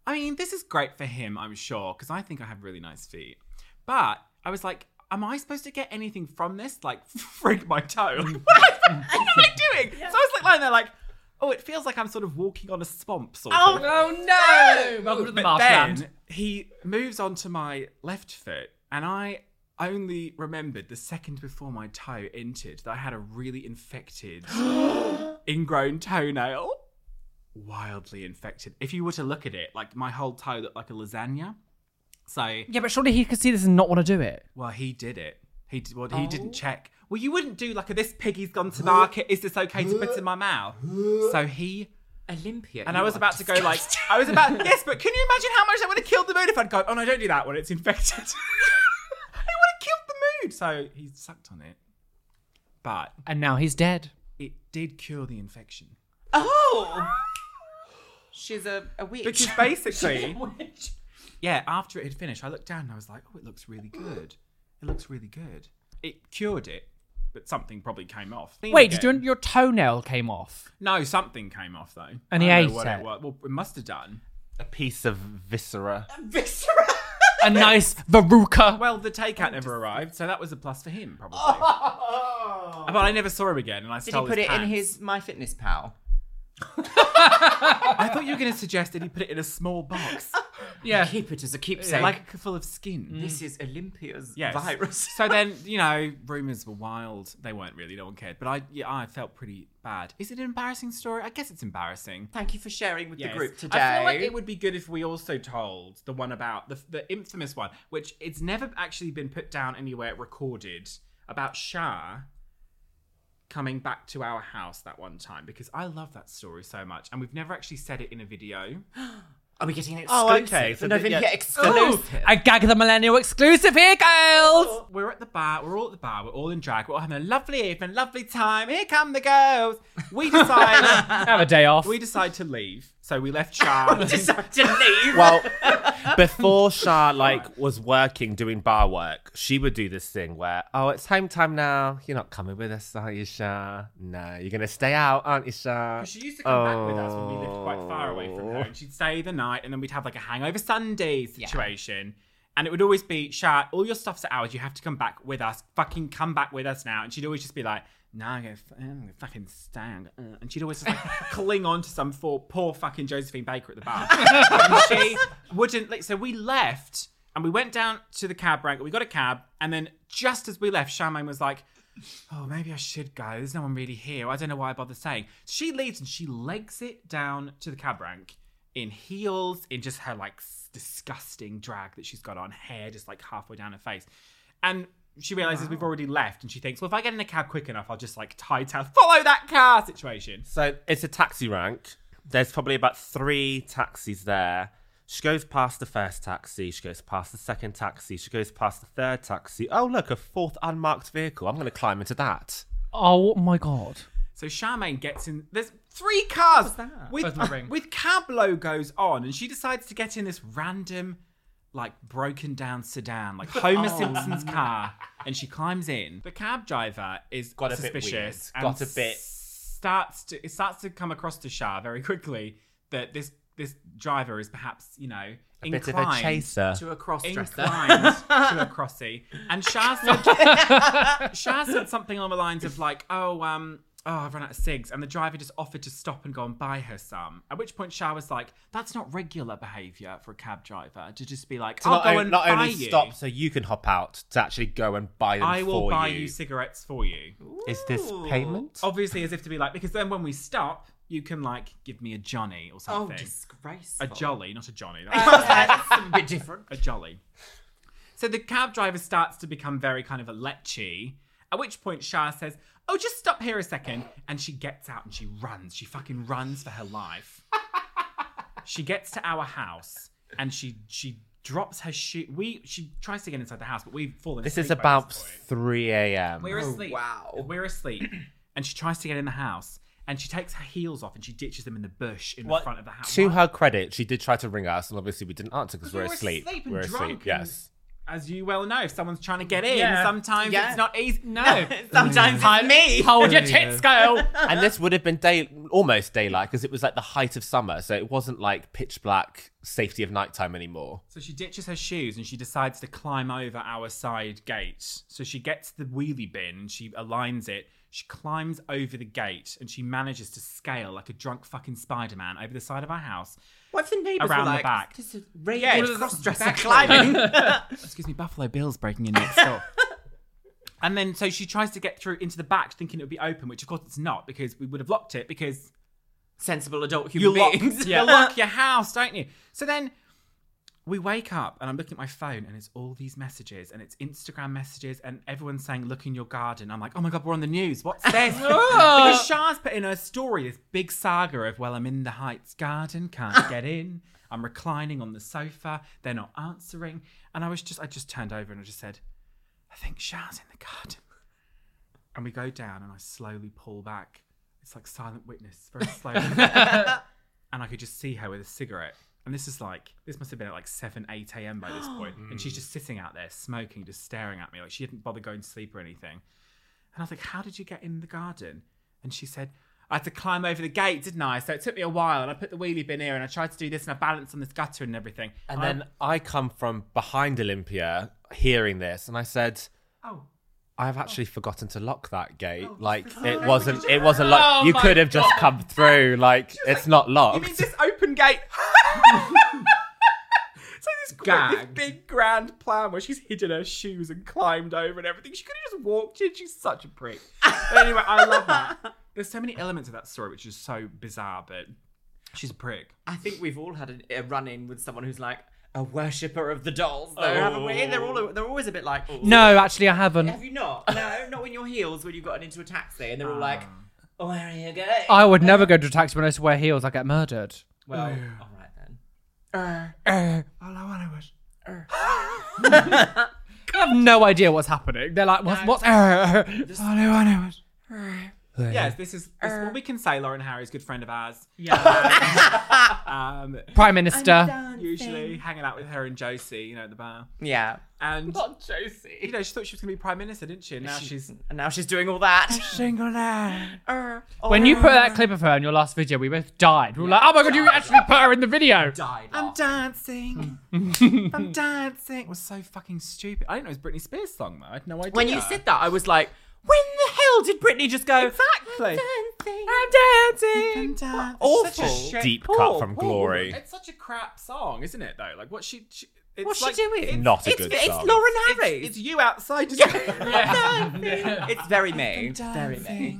Speaker 4: "I mean, this is great for him, I'm sure, because I think I have really nice feet." But I was like, "Am I supposed to get anything from this? Like, <laughs> freak my toe? <laughs> Like, what am I what am I doing?" So I was like lying there, like, "Oh, it feels like I'm sort of walking on a swamp." Sort of.
Speaker 2: Oh no! Welcome to the
Speaker 4: But
Speaker 2: marshland.
Speaker 4: then he moves on to my left foot, and I only remembered the second before my toe entered that I had a really
Speaker 2: <gasps>
Speaker 4: infected, ingrown toenail. Wildly infected. If you were to look at it, like my whole toe looked like a lasagna. So,
Speaker 2: Yeah, but surely he could see this and not want to do it.
Speaker 4: well, he did it. He did. Well, he
Speaker 2: Oh.
Speaker 4: didn't check. Well, you wouldn't do like a this piggy's gone to market. Is this okay to
Speaker 2: <gasps>
Speaker 4: put in my mouth? So he
Speaker 1: Olympia.
Speaker 4: and I was about to go like, I was about, yes, <laughs> but can you imagine how much I would have killed the moon if I'd gone, oh no, don't do that one, it's infected. I would have killed food, so he sucked on it. But
Speaker 5: And now he's dead.
Speaker 4: it did cure the infection.
Speaker 1: <laughs> Oh! She's a, a witch.
Speaker 4: Because
Speaker 1: <laughs>
Speaker 4: <laughs> basically,
Speaker 5: <laughs>
Speaker 4: yeah, after it had finished, I looked down and I was like, oh, it looks really good. It looks really good. It cured it, but something probably came off.
Speaker 5: Wait,
Speaker 4: Again.
Speaker 5: did your, your toenail came off?
Speaker 4: No, something came off though.
Speaker 5: And
Speaker 4: I
Speaker 5: he
Speaker 4: don't
Speaker 5: ate
Speaker 4: know what
Speaker 5: it.
Speaker 4: was. Well, it must have done.
Speaker 3: A piece of viscera.
Speaker 1: Viscera.
Speaker 5: A
Speaker 4: <laughs>
Speaker 5: nice veruca.
Speaker 4: Well, the takeout never arrived, so that was a plus for him, probably. But I never saw him again, and I
Speaker 1: Did he
Speaker 4: stole
Speaker 1: put it
Speaker 4: his
Speaker 1: in
Speaker 4: pants.
Speaker 1: his My Fitness Pal? <laughs>
Speaker 4: I thought you were going to suggest that he put it in a small box,
Speaker 5: Yeah.
Speaker 1: Keep it as a keepsake.
Speaker 4: like full of skin.
Speaker 1: this is Olympia's
Speaker 4: Mm. Yes.
Speaker 1: virus.
Speaker 4: So then, you know, rumors were wild. They weren't really. No one cared. But I, yeah, I felt pretty bad. Is it an embarrassing story? I guess it's embarrassing.
Speaker 1: <laughs> Thank you for sharing with
Speaker 4: Yes.
Speaker 1: the group today.
Speaker 4: I feel like it would be good if we also told the one about the the infamous one, which it's never actually been put down anywhere recorded about Shah coming back to our house that one time because I love that story so much, and we've never actually said it in a video.
Speaker 1: Are we getting an
Speaker 3: Oh,
Speaker 1: exclusive?
Speaker 3: okay, so
Speaker 1: no,
Speaker 3: the- yeah.
Speaker 1: yeah.
Speaker 4: <laughs>
Speaker 1: exclusive.
Speaker 5: I gag the millennial exclusive here, girls.
Speaker 4: We're at the bar. We're all at the bar. We're all in drag. We're all having a lovely evening, lovely time. Here come the girls. We
Speaker 2: <laughs>
Speaker 4: decide.
Speaker 5: Have a day off.
Speaker 4: we decide to leave. So we left Shah.
Speaker 1: Decided to leave.
Speaker 3: Well, before Shah like was working doing bar work, she would do this thing where, oh, it's home time now. You're not coming with us, are you, Shah? No, you're gonna stay out, aren't you, Shah?
Speaker 4: She used to come back with us when we lived quite far away from her. And she'd stay the night, and then we'd have like a hangover Sunday situation. And it would always be, Shah, all your stuff's at ours. You have to come back with us. Fucking come back with us now. And she'd always just be like, no, I'm going to fucking stay. I'm gonna, uh." And she'd always just like cling on to some poor, poor fucking Josephine Baker at the bar. and she wouldn't. Like, so we left and we went down to the cab rank. We got a cab. And then just as we left, Charmaine was like, oh, maybe I should go. There's no one really here. I don't know why I bother saying. She leaves and she legs it down to the cab rank in heels, in just her like s- disgusting drag that she's got on, hair just like halfway down her face. And she realizes we've already left and she thinks, well, if I get in a cab quick enough, I'll just like tie tail, follow that car situation.
Speaker 3: So it's a taxi rank. There's probably about three taxis there. She goes past the first taxi. She goes past the second taxi. She goes past the third taxi. Oh, look, a fourth unmarked vehicle. I'm going to climb into that.
Speaker 5: oh my god.
Speaker 4: So Charmaine gets in. There's three cars with uh,
Speaker 5: Where's my ring?
Speaker 4: with cab logos on, and she decides to get in this random, like broken down sedan, like Homer Simpson's car, and she climbs in. The cab driver is
Speaker 3: Got a bit
Speaker 4: suspicious.
Speaker 3: weird. Got
Speaker 4: and
Speaker 3: a bit-
Speaker 4: starts to it starts to come across to Shah very quickly that this this driver is perhaps you know. A
Speaker 3: bit of a chaser.
Speaker 4: to a cross
Speaker 1: cross-dresser.
Speaker 4: inclined <laughs> to a crossy, and Shah said Shaz said something along the lines of like, "Oh, um, oh, I've run out of cigs," and the driver just offered to stop and go and buy her some. At which point, Shah was like, "That's not regular behaviour for a cab driver to just be like, I'll
Speaker 3: not
Speaker 4: go
Speaker 3: on-
Speaker 4: and
Speaker 3: not
Speaker 4: buy
Speaker 3: only
Speaker 4: you.
Speaker 3: stop so you can hop out to actually go and buy them
Speaker 4: I will
Speaker 3: for
Speaker 4: buy
Speaker 3: you.
Speaker 4: you cigarettes for you."
Speaker 3: Is this payment?
Speaker 4: Obviously, as if to be like, because then when we stop, you can like give me a johnny or
Speaker 1: Oh,
Speaker 4: something.
Speaker 1: disgraceful.
Speaker 4: a jolly, not a johnny. That's-
Speaker 1: <laughs> That's
Speaker 3: <laughs>
Speaker 4: <laughs>
Speaker 1: a bit different.
Speaker 4: a jolly. So the cab driver starts to become very kind of a lechy, at which point Shah says, Oh, just stop here a second. And she gets out and she runs. She fucking runs for
Speaker 3: <laughs>
Speaker 4: her life. she gets to our house and she she drops her shoe. We she tries to get inside the house, but we've fallen
Speaker 3: This
Speaker 4: asleep
Speaker 3: is
Speaker 4: by
Speaker 3: about Oh,
Speaker 4: this point.
Speaker 3: 3 a.m.
Speaker 4: We're asleep.
Speaker 1: wow.
Speaker 4: We're asleep. and she tries to get in the house and she takes her heels off and she ditches them in the bush in
Speaker 3: Well,
Speaker 4: the front of the house.
Speaker 3: To her credit, she did try to ring us, and obviously we didn't answer because
Speaker 4: we
Speaker 3: we're
Speaker 4: were
Speaker 3: asleep.
Speaker 4: asleep and
Speaker 3: we're
Speaker 4: drunk
Speaker 3: asleep.
Speaker 4: and-
Speaker 3: Yes.
Speaker 4: As you well know, if someone's trying to get in,
Speaker 5: Yeah.
Speaker 4: sometimes
Speaker 1: Yeah.
Speaker 4: it's not easy.
Speaker 5: No.
Speaker 4: <laughs>
Speaker 1: <laughs> Sometimes it's
Speaker 4: Mm.
Speaker 1: me.
Speaker 5: Hold your tits, girl.
Speaker 3: <laughs> and this would have been day almost daylight because it was like the height of summer, so it wasn't like pitch black safety of nighttime anymore.
Speaker 4: So she ditches her shoes and she decides to climb over our side gate. So she gets the wheelie bin and she aligns it. She climbs over the gate and she manages to scale like a drunk fucking Spider Man over the side of our house.
Speaker 1: What if the neighbours
Speaker 4: Around
Speaker 1: were
Speaker 4: the
Speaker 1: like,
Speaker 4: back.
Speaker 1: This is raging
Speaker 4: Yeah, it's
Speaker 1: cross-dresser
Speaker 4: exactly.
Speaker 1: climbing.
Speaker 4: <laughs> Excuse me, Buffalo Bill's breaking in next door. and then so she tries to get through into the back thinking it would be open, which of course it's not because we would have locked it because
Speaker 1: Sensible adult
Speaker 4: you
Speaker 1: human
Speaker 4: lock, <laughs>
Speaker 1: beings. <laughs>
Speaker 4: you lock your house, don't you? So then we wake up and I'm looking at my phone and it's all these messages and it's Instagram messages and everyone's saying, look in your garden. I'm like, oh my God, we're on the
Speaker 1: <laughs>
Speaker 4: news. What's this? because Shah's put in her story this big saga of, well, I'm in the Heights garden,
Speaker 1: <laughs>
Speaker 4: can't get in. I'm reclining on the sofa. They're not answering. And I was just, I just turned over and I just said, I think Shah's in the garden. And we go down, and I slowly pull back. It's like silent witness,
Speaker 3: <laughs>
Speaker 4: very slowly. and I could just see her with a cigarette. And this is like, this must have been at like 7, 8 a.m. by this point. And she's just sitting out there smoking, just staring at me. Like she didn't bother going to sleep or anything. And I was like, How did you get in the garden? And she said, I had to climb over the gate, didn't I? So it took me a while. And I put the wheelie bin here and I tried to do this and I balanced on this gutter and everything.
Speaker 3: And
Speaker 4: I-
Speaker 3: then I come from behind Olympia hearing this, and I said,
Speaker 4: oh,
Speaker 3: I've actually forgotten to lock that gate.
Speaker 4: <laughs>
Speaker 3: like
Speaker 4: Oh,
Speaker 3: it wasn't.
Speaker 4: did you-
Speaker 3: It was a lock.
Speaker 5: Oh
Speaker 3: you
Speaker 5: my
Speaker 3: could have just
Speaker 5: God.
Speaker 3: come through. Like it's not
Speaker 1: I
Speaker 3: locked.
Speaker 1: mean, this open gate. <laughs>
Speaker 4: So this, gr- <laughs> this
Speaker 5: Gag.
Speaker 4: big grand plan where she's hidden her shoes and climbed over and everything. She could have just walked in. She's such a prick. But anyway, I love <laughs> that. There's so many elements of that story which is so bizarre, but she's a prick.
Speaker 1: I think we've all had a, a run in with someone who's like a worshipper of the dolls, though, haven't we? They're all they're always a bit like,
Speaker 5: No, actually, I haven't.
Speaker 1: have you not? No, not when you're heels when you've gotten into a taxi and they're all like, oh, where are you going?
Speaker 5: I would never go to a taxi when I used to wear heels. I get murdered.
Speaker 1: well, all right then.
Speaker 4: All I wanted was.
Speaker 5: I have no idea what's happening. They're like, what's, <laughs> what's uh,
Speaker 4: All I Er. wanted was. Yes, this is this, all we can say. Lauren Harry is a good friend of ours. Yeah. <laughs> um,
Speaker 5: Prime Minister?
Speaker 4: usually hanging out with her and Josie, you know, at the bar.
Speaker 1: Yeah.
Speaker 4: And
Speaker 5: Not
Speaker 4: you
Speaker 5: Josie.
Speaker 4: know, she thought she was going to be prime minister, didn't she? And now she's
Speaker 1: And now she's doing all <laughs> that.
Speaker 4: single now.
Speaker 5: When you put that clip of her in your last video, we both died. We were like, oh my god, you actually put her in the video.
Speaker 1: died.
Speaker 4: I'm dancing. <laughs> I'm dancing. It was so fucking stupid. I didn't know it was Britney Spears' song though. I had no idea.
Speaker 1: when you said that, I was like, when the hell did Britney just go?
Speaker 4: Exactly.
Speaker 1: I'm dancing.
Speaker 4: that,
Speaker 1: Awful.
Speaker 3: Deep
Speaker 4: Poor-
Speaker 3: cut from
Speaker 4: poor
Speaker 3: glory.
Speaker 4: woman. It's such a crap song, isn't it? Though, like what she, she it's
Speaker 1: What's
Speaker 4: like-
Speaker 1: she doing?
Speaker 3: Not a
Speaker 1: It's,
Speaker 3: good
Speaker 1: it's
Speaker 3: song.
Speaker 1: Lauren Harry.
Speaker 4: It's, it's you outside. Just <laughs>
Speaker 1: it's very me. Very me.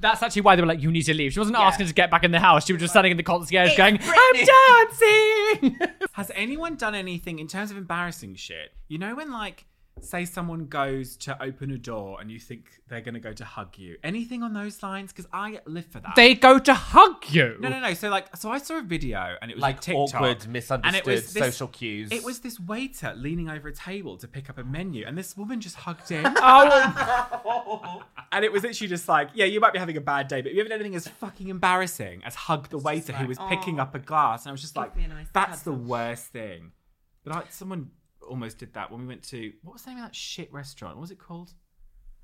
Speaker 5: That's actually why they were like, you need to leave. She wasn't asking to get back in the house. She was just standing in the concierge
Speaker 1: It's
Speaker 5: going, I'm dancing.
Speaker 4: <laughs> Has anyone done anything in terms of embarrassing shit? You know when like say someone goes to open a door and you think they're gonna go to hug you. Anything on those lines? Because I live for that.
Speaker 5: they go to hug you.
Speaker 4: No, no, no. So like, so I saw a video and it was
Speaker 3: like
Speaker 4: a TikTok,
Speaker 3: awkward,
Speaker 4: and it
Speaker 3: misunderstood
Speaker 4: was this-
Speaker 3: social cues.
Speaker 4: It was this waiter leaning over a table to pick up a menu, and this woman just hugged him.
Speaker 5: <laughs> Oh,
Speaker 4: <laughs> and it was literally just like, yeah, you might be having a bad day, but have you ever done anything as fucking embarrassing as hug the waiter who was picking up a glass? And I was just like,
Speaker 1: me a nice hug.
Speaker 4: that's the worst thing. But like, someone almost did that when we went to what was the name of that shit restaurant? What was it called?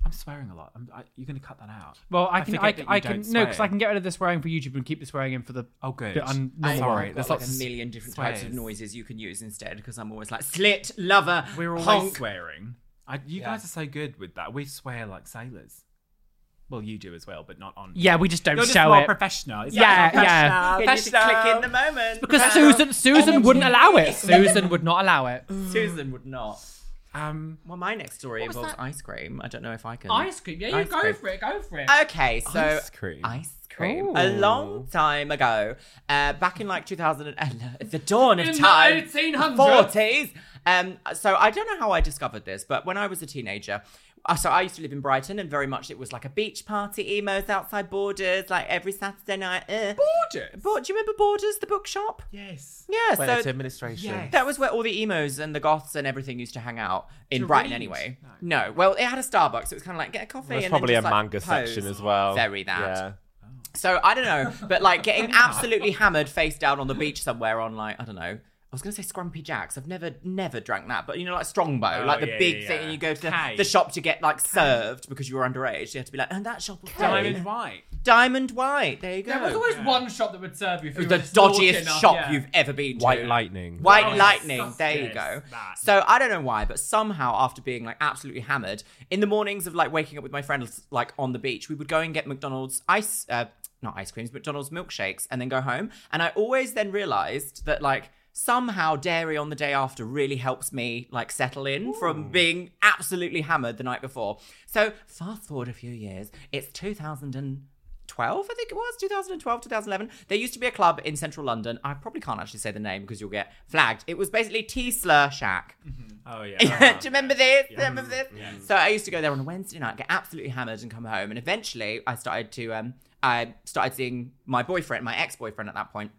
Speaker 4: I'm swearing a lot. I'm, I, you're gonna cut that out.
Speaker 5: well, I can,
Speaker 4: forget
Speaker 5: I,
Speaker 4: that
Speaker 5: can,
Speaker 4: you
Speaker 5: I can,
Speaker 4: don't
Speaker 5: no, because
Speaker 4: swear.
Speaker 5: I can get rid of the swearing for YouTube and keep the swearing in for the.
Speaker 4: Oh, good.
Speaker 5: The un- normal
Speaker 4: Sorry,
Speaker 5: one.
Speaker 4: there's
Speaker 1: There's
Speaker 4: like
Speaker 1: like a million different types of
Speaker 4: swears.
Speaker 1: noises you can use instead because I'm always like slit, lover,
Speaker 4: We're always
Speaker 1: honk.
Speaker 4: swearing. I, you guys are so good with that. We swear like sailors. Well, you do as well, but not on.
Speaker 5: Yeah, we just don't
Speaker 4: You're just
Speaker 5: show
Speaker 4: more
Speaker 5: it.
Speaker 4: professional. It's
Speaker 5: Yeah,
Speaker 4: like professional,
Speaker 5: yeah.
Speaker 1: You need to
Speaker 4: professional.
Speaker 1: click in the moment
Speaker 5: because Susan, Susan wouldn't allow it. Susan would not allow it.
Speaker 1: Mm. Susan would not.
Speaker 4: Um,
Speaker 1: Well, my next story
Speaker 5: was
Speaker 1: involves
Speaker 5: that?
Speaker 1: ice cream. I don't know if I can.
Speaker 5: cream. Yeah,
Speaker 1: you Ice go cream. for
Speaker 5: it. Go for it.
Speaker 1: Okay, so
Speaker 3: Ice cream.
Speaker 1: Ice cream. A long time ago, uh, back in like 2000, and- <laughs> the dawn of
Speaker 5: In the
Speaker 1: time,
Speaker 5: 1800s.
Speaker 1: 40s. Um, so I don't know how I discovered this, but when I was a teenager, uh, so I used to live in Brighton, and very much it was like a beach party, emos outside Borders, like every Saturday night. Uh.
Speaker 4: gorgeous.
Speaker 1: Bo- do you remember Borders, the bookshop?
Speaker 4: Yes.
Speaker 1: Yeah,
Speaker 3: Went into
Speaker 1: so
Speaker 3: administration.
Speaker 4: Yes.
Speaker 1: that was where all the emos and the goths and everything used to hang out in
Speaker 4: To
Speaker 1: Brighton,
Speaker 4: read?
Speaker 1: anyway. No. well, it had a Starbucks. It was kind of like get a coffee.
Speaker 3: There's
Speaker 1: and
Speaker 3: probably a
Speaker 1: then just, like,
Speaker 3: manga
Speaker 1: pose.
Speaker 3: section as well.
Speaker 1: Very that.
Speaker 3: Yeah.
Speaker 1: So I don't know, but like getting absolutely hammered face down on the beach somewhere on like I don't know. I was gonna say Scrumpy Jacks. I've never, never drank that, but you know, like Strongbow,
Speaker 4: Oh,
Speaker 1: like the
Speaker 4: yeah,
Speaker 1: big
Speaker 4: yeah,
Speaker 1: thing,
Speaker 4: yeah.
Speaker 1: and you go to the-
Speaker 4: Kay.
Speaker 1: the shop to get like served because you were underage. You had to be like, and that shop was
Speaker 4: Diamond white.
Speaker 1: Diamond White. There you go.
Speaker 5: There was always one shop that would serve you. If
Speaker 1: It
Speaker 5: you
Speaker 1: was
Speaker 5: were
Speaker 1: the
Speaker 5: just naughty
Speaker 1: dodgiest
Speaker 5: enough,
Speaker 1: shop
Speaker 5: yeah.
Speaker 1: you've ever been to.
Speaker 3: White lightning.
Speaker 1: White
Speaker 4: Oh,
Speaker 1: lightning.
Speaker 4: disgusting.
Speaker 1: There you
Speaker 4: Yes,
Speaker 1: go.
Speaker 4: that.
Speaker 1: So I don't know why, but somehow after being like absolutely hammered in the mornings of like waking up with my friends like on the beach, we would go and get McDonald's ice, uh, not ice creams, McDonald's milkshakes, and then go home. And I always then realized that like somehow dairy on the day after really helps me like settle in from being absolutely hammered the night before. So fast forward a few years, it's 2000 and 12, I think it was 2012, 2011. There used to be a club in central London. I probably can't actually say the name because you'll get flagged. It was basically T Slur Shack. <laughs>
Speaker 4: Oh yeah.
Speaker 1: Do you remember this? Do you Remember this? So I used to go there on a Wednesday night, get absolutely hammered, and come home. And eventually, I started to um, I started seeing my boyfriend, my ex boyfriend at that point,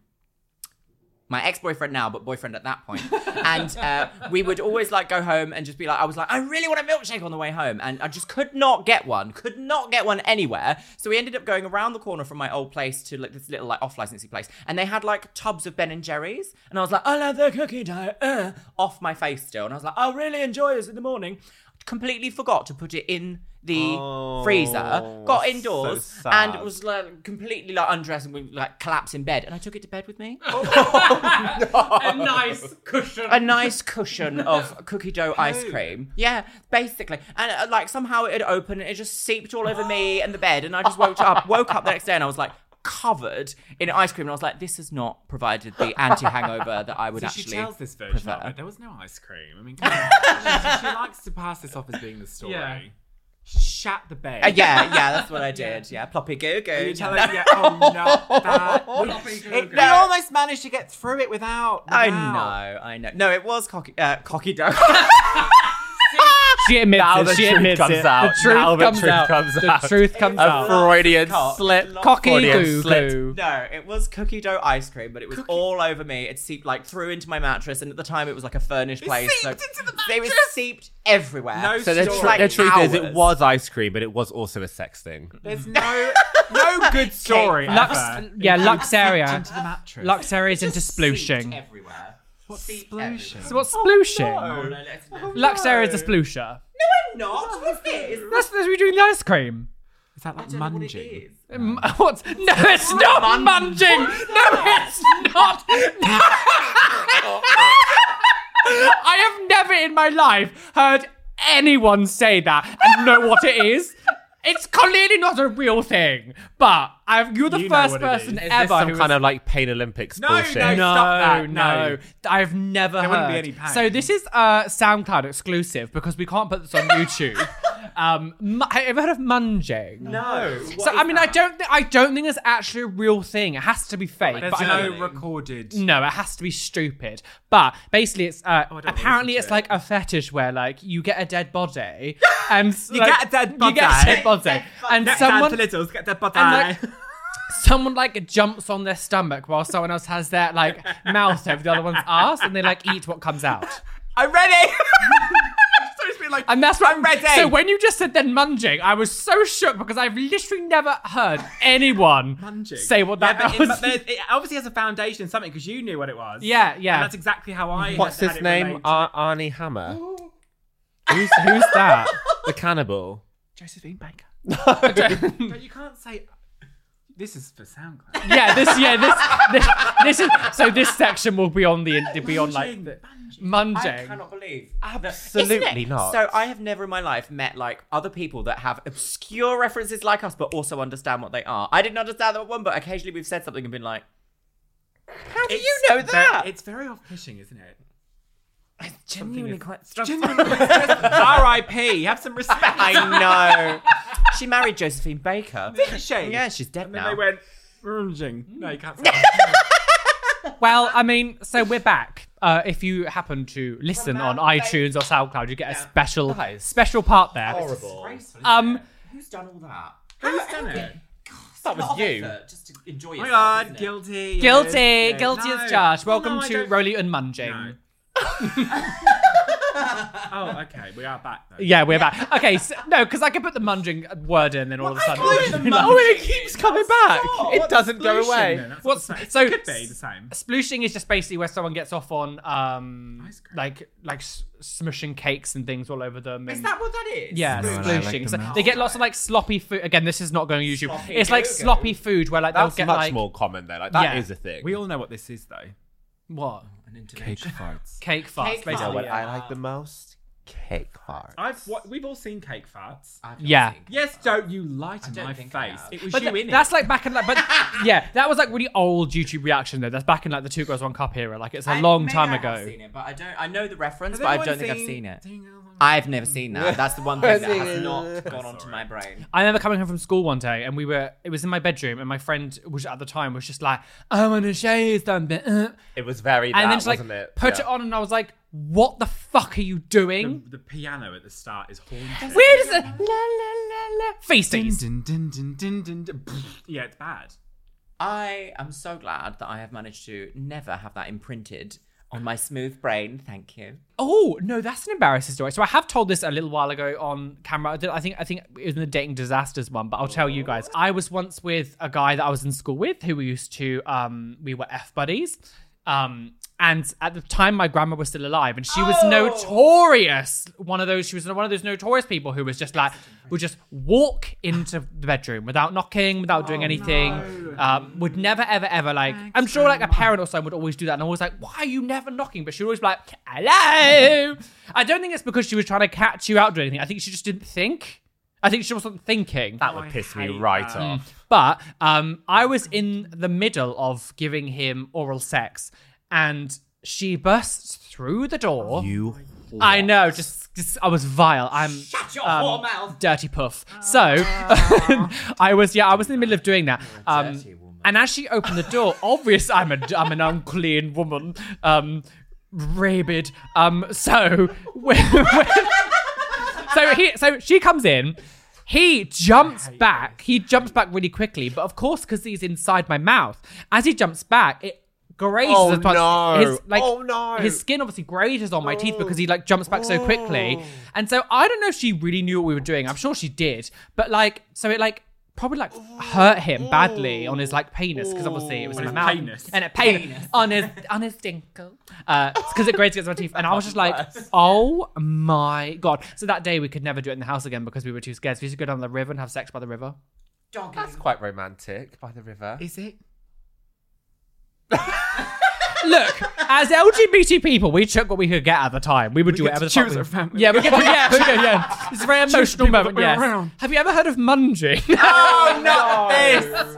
Speaker 1: my ex-boyfriend now, but boyfriend at that point. and uh, we would always like go home and just be like, I was like, I really want a milkshake on the way home, and I just could not get one, could not get one anywhere. So we ended up going around the corner from my old place to like this little like off-licensey place, and they had like tubs of Ben and Jerry's, and I was like, I love the cookie dough, uh, off my face still, and I was like, I'll really enjoy this in the morning. Completely forgot to put it in the
Speaker 3: Oh,
Speaker 1: freezer. Got indoors
Speaker 3: so sad.
Speaker 1: and was like completely like undressed and we like collapsed in bed. And I took it to bed with me.
Speaker 5: a nice cushion.
Speaker 1: a nice
Speaker 4: <laughs>
Speaker 1: cushion of cookie dough ice cream. Yeah, basically. And uh, like somehow it had opened and it just seeped all over
Speaker 4: <gasps>
Speaker 1: me and the bed. And I just woke up, woke up the next day and I was like covered in ice cream. And I was like, this has not provided the anti hangover that I would
Speaker 4: So
Speaker 1: actually.
Speaker 4: she tells this version of
Speaker 1: prefer.
Speaker 4: it. There was no ice cream. I mean, come on. <laughs> she, she likes to pass this off as being the story.
Speaker 5: Yeah.
Speaker 4: She shat the bed.
Speaker 1: Uh, yeah, yeah, that's
Speaker 4: <laughs>
Speaker 1: what I did. Yeah, ploppy goo goo. <laughs>
Speaker 4: You tell her, yeah, oh no, that.
Speaker 5: Floppy
Speaker 4: We,
Speaker 5: goo
Speaker 4: it,
Speaker 5: goo.
Speaker 4: we <laughs> almost managed to get through it without.
Speaker 1: I
Speaker 4: without.
Speaker 1: know, I know. No, it was cocky, uh, cocky
Speaker 4: <laughs>
Speaker 1: dough.
Speaker 2: She admits
Speaker 3: Now
Speaker 2: it.
Speaker 3: the
Speaker 2: she
Speaker 3: truth
Speaker 2: admits
Speaker 3: comes
Speaker 2: it.
Speaker 3: out.
Speaker 2: The truth
Speaker 3: Now the
Speaker 2: comes
Speaker 3: truth
Speaker 2: out.
Speaker 3: comes
Speaker 2: the
Speaker 3: out.
Speaker 2: truth comes
Speaker 3: A
Speaker 2: out.
Speaker 3: Freudian
Speaker 1: cock.
Speaker 3: slip.
Speaker 1: Lots
Speaker 2: Cocky
Speaker 3: Freudian
Speaker 2: goo
Speaker 3: slip.
Speaker 2: goo.
Speaker 1: No, it was cookie dough ice cream, but it was all over me. It seeped like through into my mattress, and at the time it was like a furnished place.
Speaker 4: seeped into the
Speaker 1: It was
Speaker 4: mattress?
Speaker 1: seeped everywhere.
Speaker 4: No
Speaker 3: So the,
Speaker 4: Story.
Speaker 3: tr-
Speaker 1: Like
Speaker 3: the truth is, it
Speaker 1: hours.
Speaker 3: was ice cream, but it was also a sex thing.
Speaker 4: There's no no good story.
Speaker 2: Lux,
Speaker 4: ever.
Speaker 2: yeah, Luxaria.
Speaker 4: Into the mattress.
Speaker 2: Luxaria's into
Speaker 1: Just seeped
Speaker 2: splooshing.
Speaker 1: everywhere.
Speaker 4: What's
Speaker 1: Seeped
Speaker 4: splooshing?
Speaker 1: everywhere.
Speaker 2: So what's splooshing?
Speaker 1: Oh, no, let's not.
Speaker 2: Luxaria's a sploosher.
Speaker 1: I'm not. What's this?
Speaker 2: That's, that's we're doing the ice cream.
Speaker 4: Is that like
Speaker 1: I don't know what it
Speaker 4: munging?
Speaker 1: is.
Speaker 2: Um, <laughs> What? No, it's not
Speaker 1: Mun-
Speaker 2: munging. No, it's not. <laughs> No. I have never in my life heard anyone say that and know what it is. It's clearly not a real thing, but I've, you're the
Speaker 4: You know
Speaker 2: first
Speaker 4: what it
Speaker 2: person
Speaker 4: is.
Speaker 2: ever
Speaker 3: Is this some
Speaker 2: who
Speaker 3: kind
Speaker 2: has
Speaker 3: of like Pain Olympics
Speaker 4: No,
Speaker 3: bullshit?
Speaker 4: no.
Speaker 2: no,
Speaker 4: Stop that,
Speaker 2: no,
Speaker 4: no.
Speaker 2: I've never
Speaker 4: There
Speaker 2: heard.
Speaker 4: wouldn't be any pain.
Speaker 2: So this is uh, SoundCloud exclusive because we can't put this on
Speaker 4: <laughs>
Speaker 2: YouTube. um, mu- have you ever heard of munging?
Speaker 1: No. what
Speaker 2: So
Speaker 1: is
Speaker 2: I mean, I
Speaker 1: that?
Speaker 2: don't, thi- I don't think it's actually a real thing. It has to be fake.
Speaker 4: There's
Speaker 2: but I
Speaker 4: no
Speaker 2: don't-
Speaker 4: recorded.
Speaker 2: no, it has to be stupid. But basically, it's uh,
Speaker 4: Oh, I don't wanna
Speaker 2: apparently
Speaker 4: listen
Speaker 2: it's
Speaker 4: to
Speaker 2: like a fetish where like you get a dead
Speaker 4: <laughs>
Speaker 2: body and
Speaker 4: You
Speaker 2: like,
Speaker 4: get a dead
Speaker 2: you get a
Speaker 4: body.
Speaker 1: <laughs>
Speaker 2: dead body, and
Speaker 4: Next
Speaker 2: someone
Speaker 4: time to Littles, get that butter.
Speaker 2: And, someone like jumps on their stomach while someone else has their
Speaker 4: <laughs>
Speaker 2: like mouth over the other one's ass and they like eat what comes out.
Speaker 4: I'm ready. so it's been like,
Speaker 2: And that's what
Speaker 4: I'm ready.
Speaker 2: So when you just said then munging, I was so shook because I've literally never heard anyone
Speaker 4: Munging.
Speaker 2: say what that
Speaker 4: yeah, but
Speaker 2: was.
Speaker 4: in- but it obviously has a foundation, something because you knew what it
Speaker 2: <laughs>
Speaker 4: was.
Speaker 2: yeah,
Speaker 4: And
Speaker 2: yeah.
Speaker 4: that's exactly how I.
Speaker 3: What's
Speaker 4: had
Speaker 3: his
Speaker 4: it
Speaker 3: name? Uh,
Speaker 4: related.
Speaker 3: Ar- Arnie Hammer,
Speaker 2: who's, who's that?
Speaker 3: the cannibal.
Speaker 4: Josephine Baker.
Speaker 2: Don't-
Speaker 4: No, you can't say. This is for SoundCloud.
Speaker 2: yeah, this. Yeah, this.
Speaker 4: <laughs>
Speaker 2: This. This is. So this section will be on the. It'll be on like the,
Speaker 1: I
Speaker 2: munging.
Speaker 1: cannot believe. Isn't it?
Speaker 3: Absolutely not.
Speaker 1: So I have never in my life met like other people that have obscure references like us, but also understand what they are. I didn't understand that one, but occasionally we've said something and been like, "How do you know that?"
Speaker 4: It's very off pushing, isn't it?
Speaker 1: it's <laughs> genuinely
Speaker 4: is-
Speaker 1: quite
Speaker 4: <laughs>
Speaker 1: stressful.
Speaker 4: R.I.P. Have some respect.
Speaker 1: I know. she married Josephine Baker.
Speaker 2: <laughs>
Speaker 4: Didn't she?
Speaker 1: Yeah, she's dead
Speaker 4: And then
Speaker 1: now.
Speaker 4: they went. Munging. No, <laughs> you can't. Say that.
Speaker 2: Well, I mean, so we're back. Uh, if you happen to listen on iTunes or SoundCloud, you get a special
Speaker 3: That is
Speaker 2: special part there. Um,
Speaker 1: Who's done all that?
Speaker 4: Who's done it?
Speaker 1: That
Speaker 3: was you.
Speaker 1: Just to enjoy
Speaker 4: Oh <laughs> my
Speaker 1: yourself,
Speaker 4: god,
Speaker 1: isn't it?
Speaker 4: guilty.
Speaker 2: guilty,
Speaker 4: yes, yes.
Speaker 2: guilty
Speaker 4: No.
Speaker 2: as charged.
Speaker 4: Well,
Speaker 2: Welcome
Speaker 4: no, I
Speaker 2: to
Speaker 4: don't-
Speaker 2: Rolly and Munging.
Speaker 4: No. <laughs> oh, okay, we are back though.
Speaker 2: Yeah, we're
Speaker 4: <laughs>
Speaker 2: back. Okay, so, no, because I could put the munging word in, then all of a sudden. <laughs>
Speaker 3: Oh, it keeps coming back. It
Speaker 1: What's
Speaker 3: doesn't go
Speaker 4: Oh, Solution,
Speaker 3: away.
Speaker 4: then, that's
Speaker 2: What's-
Speaker 4: the same.
Speaker 2: so-
Speaker 4: It could be the same.
Speaker 2: Splooshing is just basically where someone gets off on um
Speaker 4: Ice cream.
Speaker 2: like like s- smushing cakes and things all over them.
Speaker 1: Is
Speaker 2: and-
Speaker 1: that what that is?
Speaker 2: Yeah,
Speaker 4: No, no, I
Speaker 2: splooshing.
Speaker 4: like the
Speaker 2: so
Speaker 4: mouth.
Speaker 2: they get lots of like sloppy food. Again, this is not going to YouTube.
Speaker 1: Sloppy
Speaker 2: it's like
Speaker 1: go-go.
Speaker 2: sloppy food where like
Speaker 3: That's
Speaker 2: they'll get
Speaker 3: much
Speaker 2: like
Speaker 3: more common though. Like that
Speaker 2: Yeah.
Speaker 3: is a thing.
Speaker 4: We all know what this is though.
Speaker 2: what
Speaker 1: An intervention.
Speaker 4: farts.
Speaker 2: cake farts.
Speaker 1: Cake
Speaker 2: basically.
Speaker 4: Oh,
Speaker 3: know what
Speaker 1: yeah.
Speaker 3: I like the most? Cake heart.
Speaker 4: I've wa- we've all seen cake farts.
Speaker 1: I've not
Speaker 2: Yeah.
Speaker 1: seen-
Speaker 4: Yes, don't you lie to
Speaker 1: don't
Speaker 4: my
Speaker 1: think I
Speaker 4: face.
Speaker 1: have.
Speaker 4: It was
Speaker 2: But
Speaker 4: you
Speaker 2: th-
Speaker 4: in
Speaker 2: that's
Speaker 4: it.
Speaker 2: like back in like,
Speaker 4: <laughs>
Speaker 2: but yeah, that was like really old YouTube reaction though. That's back in like the Two Girls One Cup era. Like it's a
Speaker 1: I-
Speaker 2: long
Speaker 1: maybe
Speaker 2: time
Speaker 1: I have
Speaker 2: ago.
Speaker 1: seen it, but I don't. I know the reference,
Speaker 4: Has
Speaker 1: but I
Speaker 4: anyone
Speaker 1: don't think I've seen it.
Speaker 4: Ding-a-ling.
Speaker 1: I've never seen that. That's the
Speaker 3: <laughs>
Speaker 1: one thing that has
Speaker 3: Seen
Speaker 1: not
Speaker 3: it.
Speaker 1: gone onto my brain.
Speaker 2: I remember coming home from school one day and we were, it was in my bedroom and my friend, which at the time was just like, "Oh, I want to show you something. uh."
Speaker 3: It was very that,
Speaker 2: And then she like
Speaker 3: wasn't it?
Speaker 2: put
Speaker 3: Yeah.
Speaker 2: it on and I was like, what the fuck are you doing?
Speaker 4: The, the piano at the start is haunted.
Speaker 2: Where is it? La la la la. Feces.
Speaker 4: Dun, dun, dun, dun, dun, dun, dun. Yeah, it's bad.
Speaker 1: I am so glad that I have managed to never have that imprinted on my smooth brain. Thank you.
Speaker 2: Oh no, that's an embarrassing story. So I have told this a little while ago on camera. I did- I think I think it was in the dating disasters one, but I'll tell you guys. I was once with a guy that I was in school with who we used to um we were f buddies. Um, and at the time, my grandma was still alive, and she was notorious. One of those, she was one of those notorious people who was just like, would just walk into the bedroom without knocking, without doing anything. Um, would never, ever, ever like. I'm sure like a parent or someone would always do that, and always like, why are you never knocking? But she would always be like, hello. I don't think it's because she was trying to catch you out doing anything. I think she just didn't think. I think she wasn't thinking.
Speaker 3: That would piss me right off.
Speaker 2: But um, I was in the middle of giving him oral sex, and she bursts through the door.
Speaker 3: You.
Speaker 2: I know, just, just I was vile. I'm shut your
Speaker 1: Um,
Speaker 2: whore mouth, dirty puff. So <laughs> I was, yeah, I was in the middle of doing that. Um, and as she opened the
Speaker 3: <laughs>
Speaker 2: door, obvious, I'm a, I'm an unclean woman, um, rabid. Um, so when, when- so he, so she comes in. He jumps back. He jumps back really quickly, but of course, because he's inside my mouth. As he jumps back, it grazes
Speaker 3: Oh,
Speaker 2: upon-
Speaker 3: no.
Speaker 2: his like
Speaker 3: Oh, no.
Speaker 2: his skin obviously grazes on my teeth because he like jumps back so quickly. And so I don't know if she really knew what we were doing. I'm sure she did, but like so it like probably like hurt him badly on his like penis because obviously it was in my
Speaker 4: his
Speaker 2: mouth
Speaker 4: penis.
Speaker 2: and it pain on his on his dinkle because it grazed against my teeth. And I was just like, oh my god. So that day we could never do it in the house again because we were too scared. So we used to go down the river and have sex by the river.
Speaker 3: That's quite romantic by the river.
Speaker 4: Is it?
Speaker 2: Look, as LGBT people, we took what we could get at the time. We would do
Speaker 4: get
Speaker 2: whatever
Speaker 4: to
Speaker 2: the fuck
Speaker 4: choose
Speaker 2: we-
Speaker 4: our family.
Speaker 2: Yeah, we get to, yeah, we get-
Speaker 4: <laughs>
Speaker 2: yeah. It's a very emotional
Speaker 4: people
Speaker 2: moment.
Speaker 4: that we're
Speaker 2: Yes.
Speaker 4: around.
Speaker 2: Have you ever heard of munging?
Speaker 4: <laughs>
Speaker 1: Oh, not this!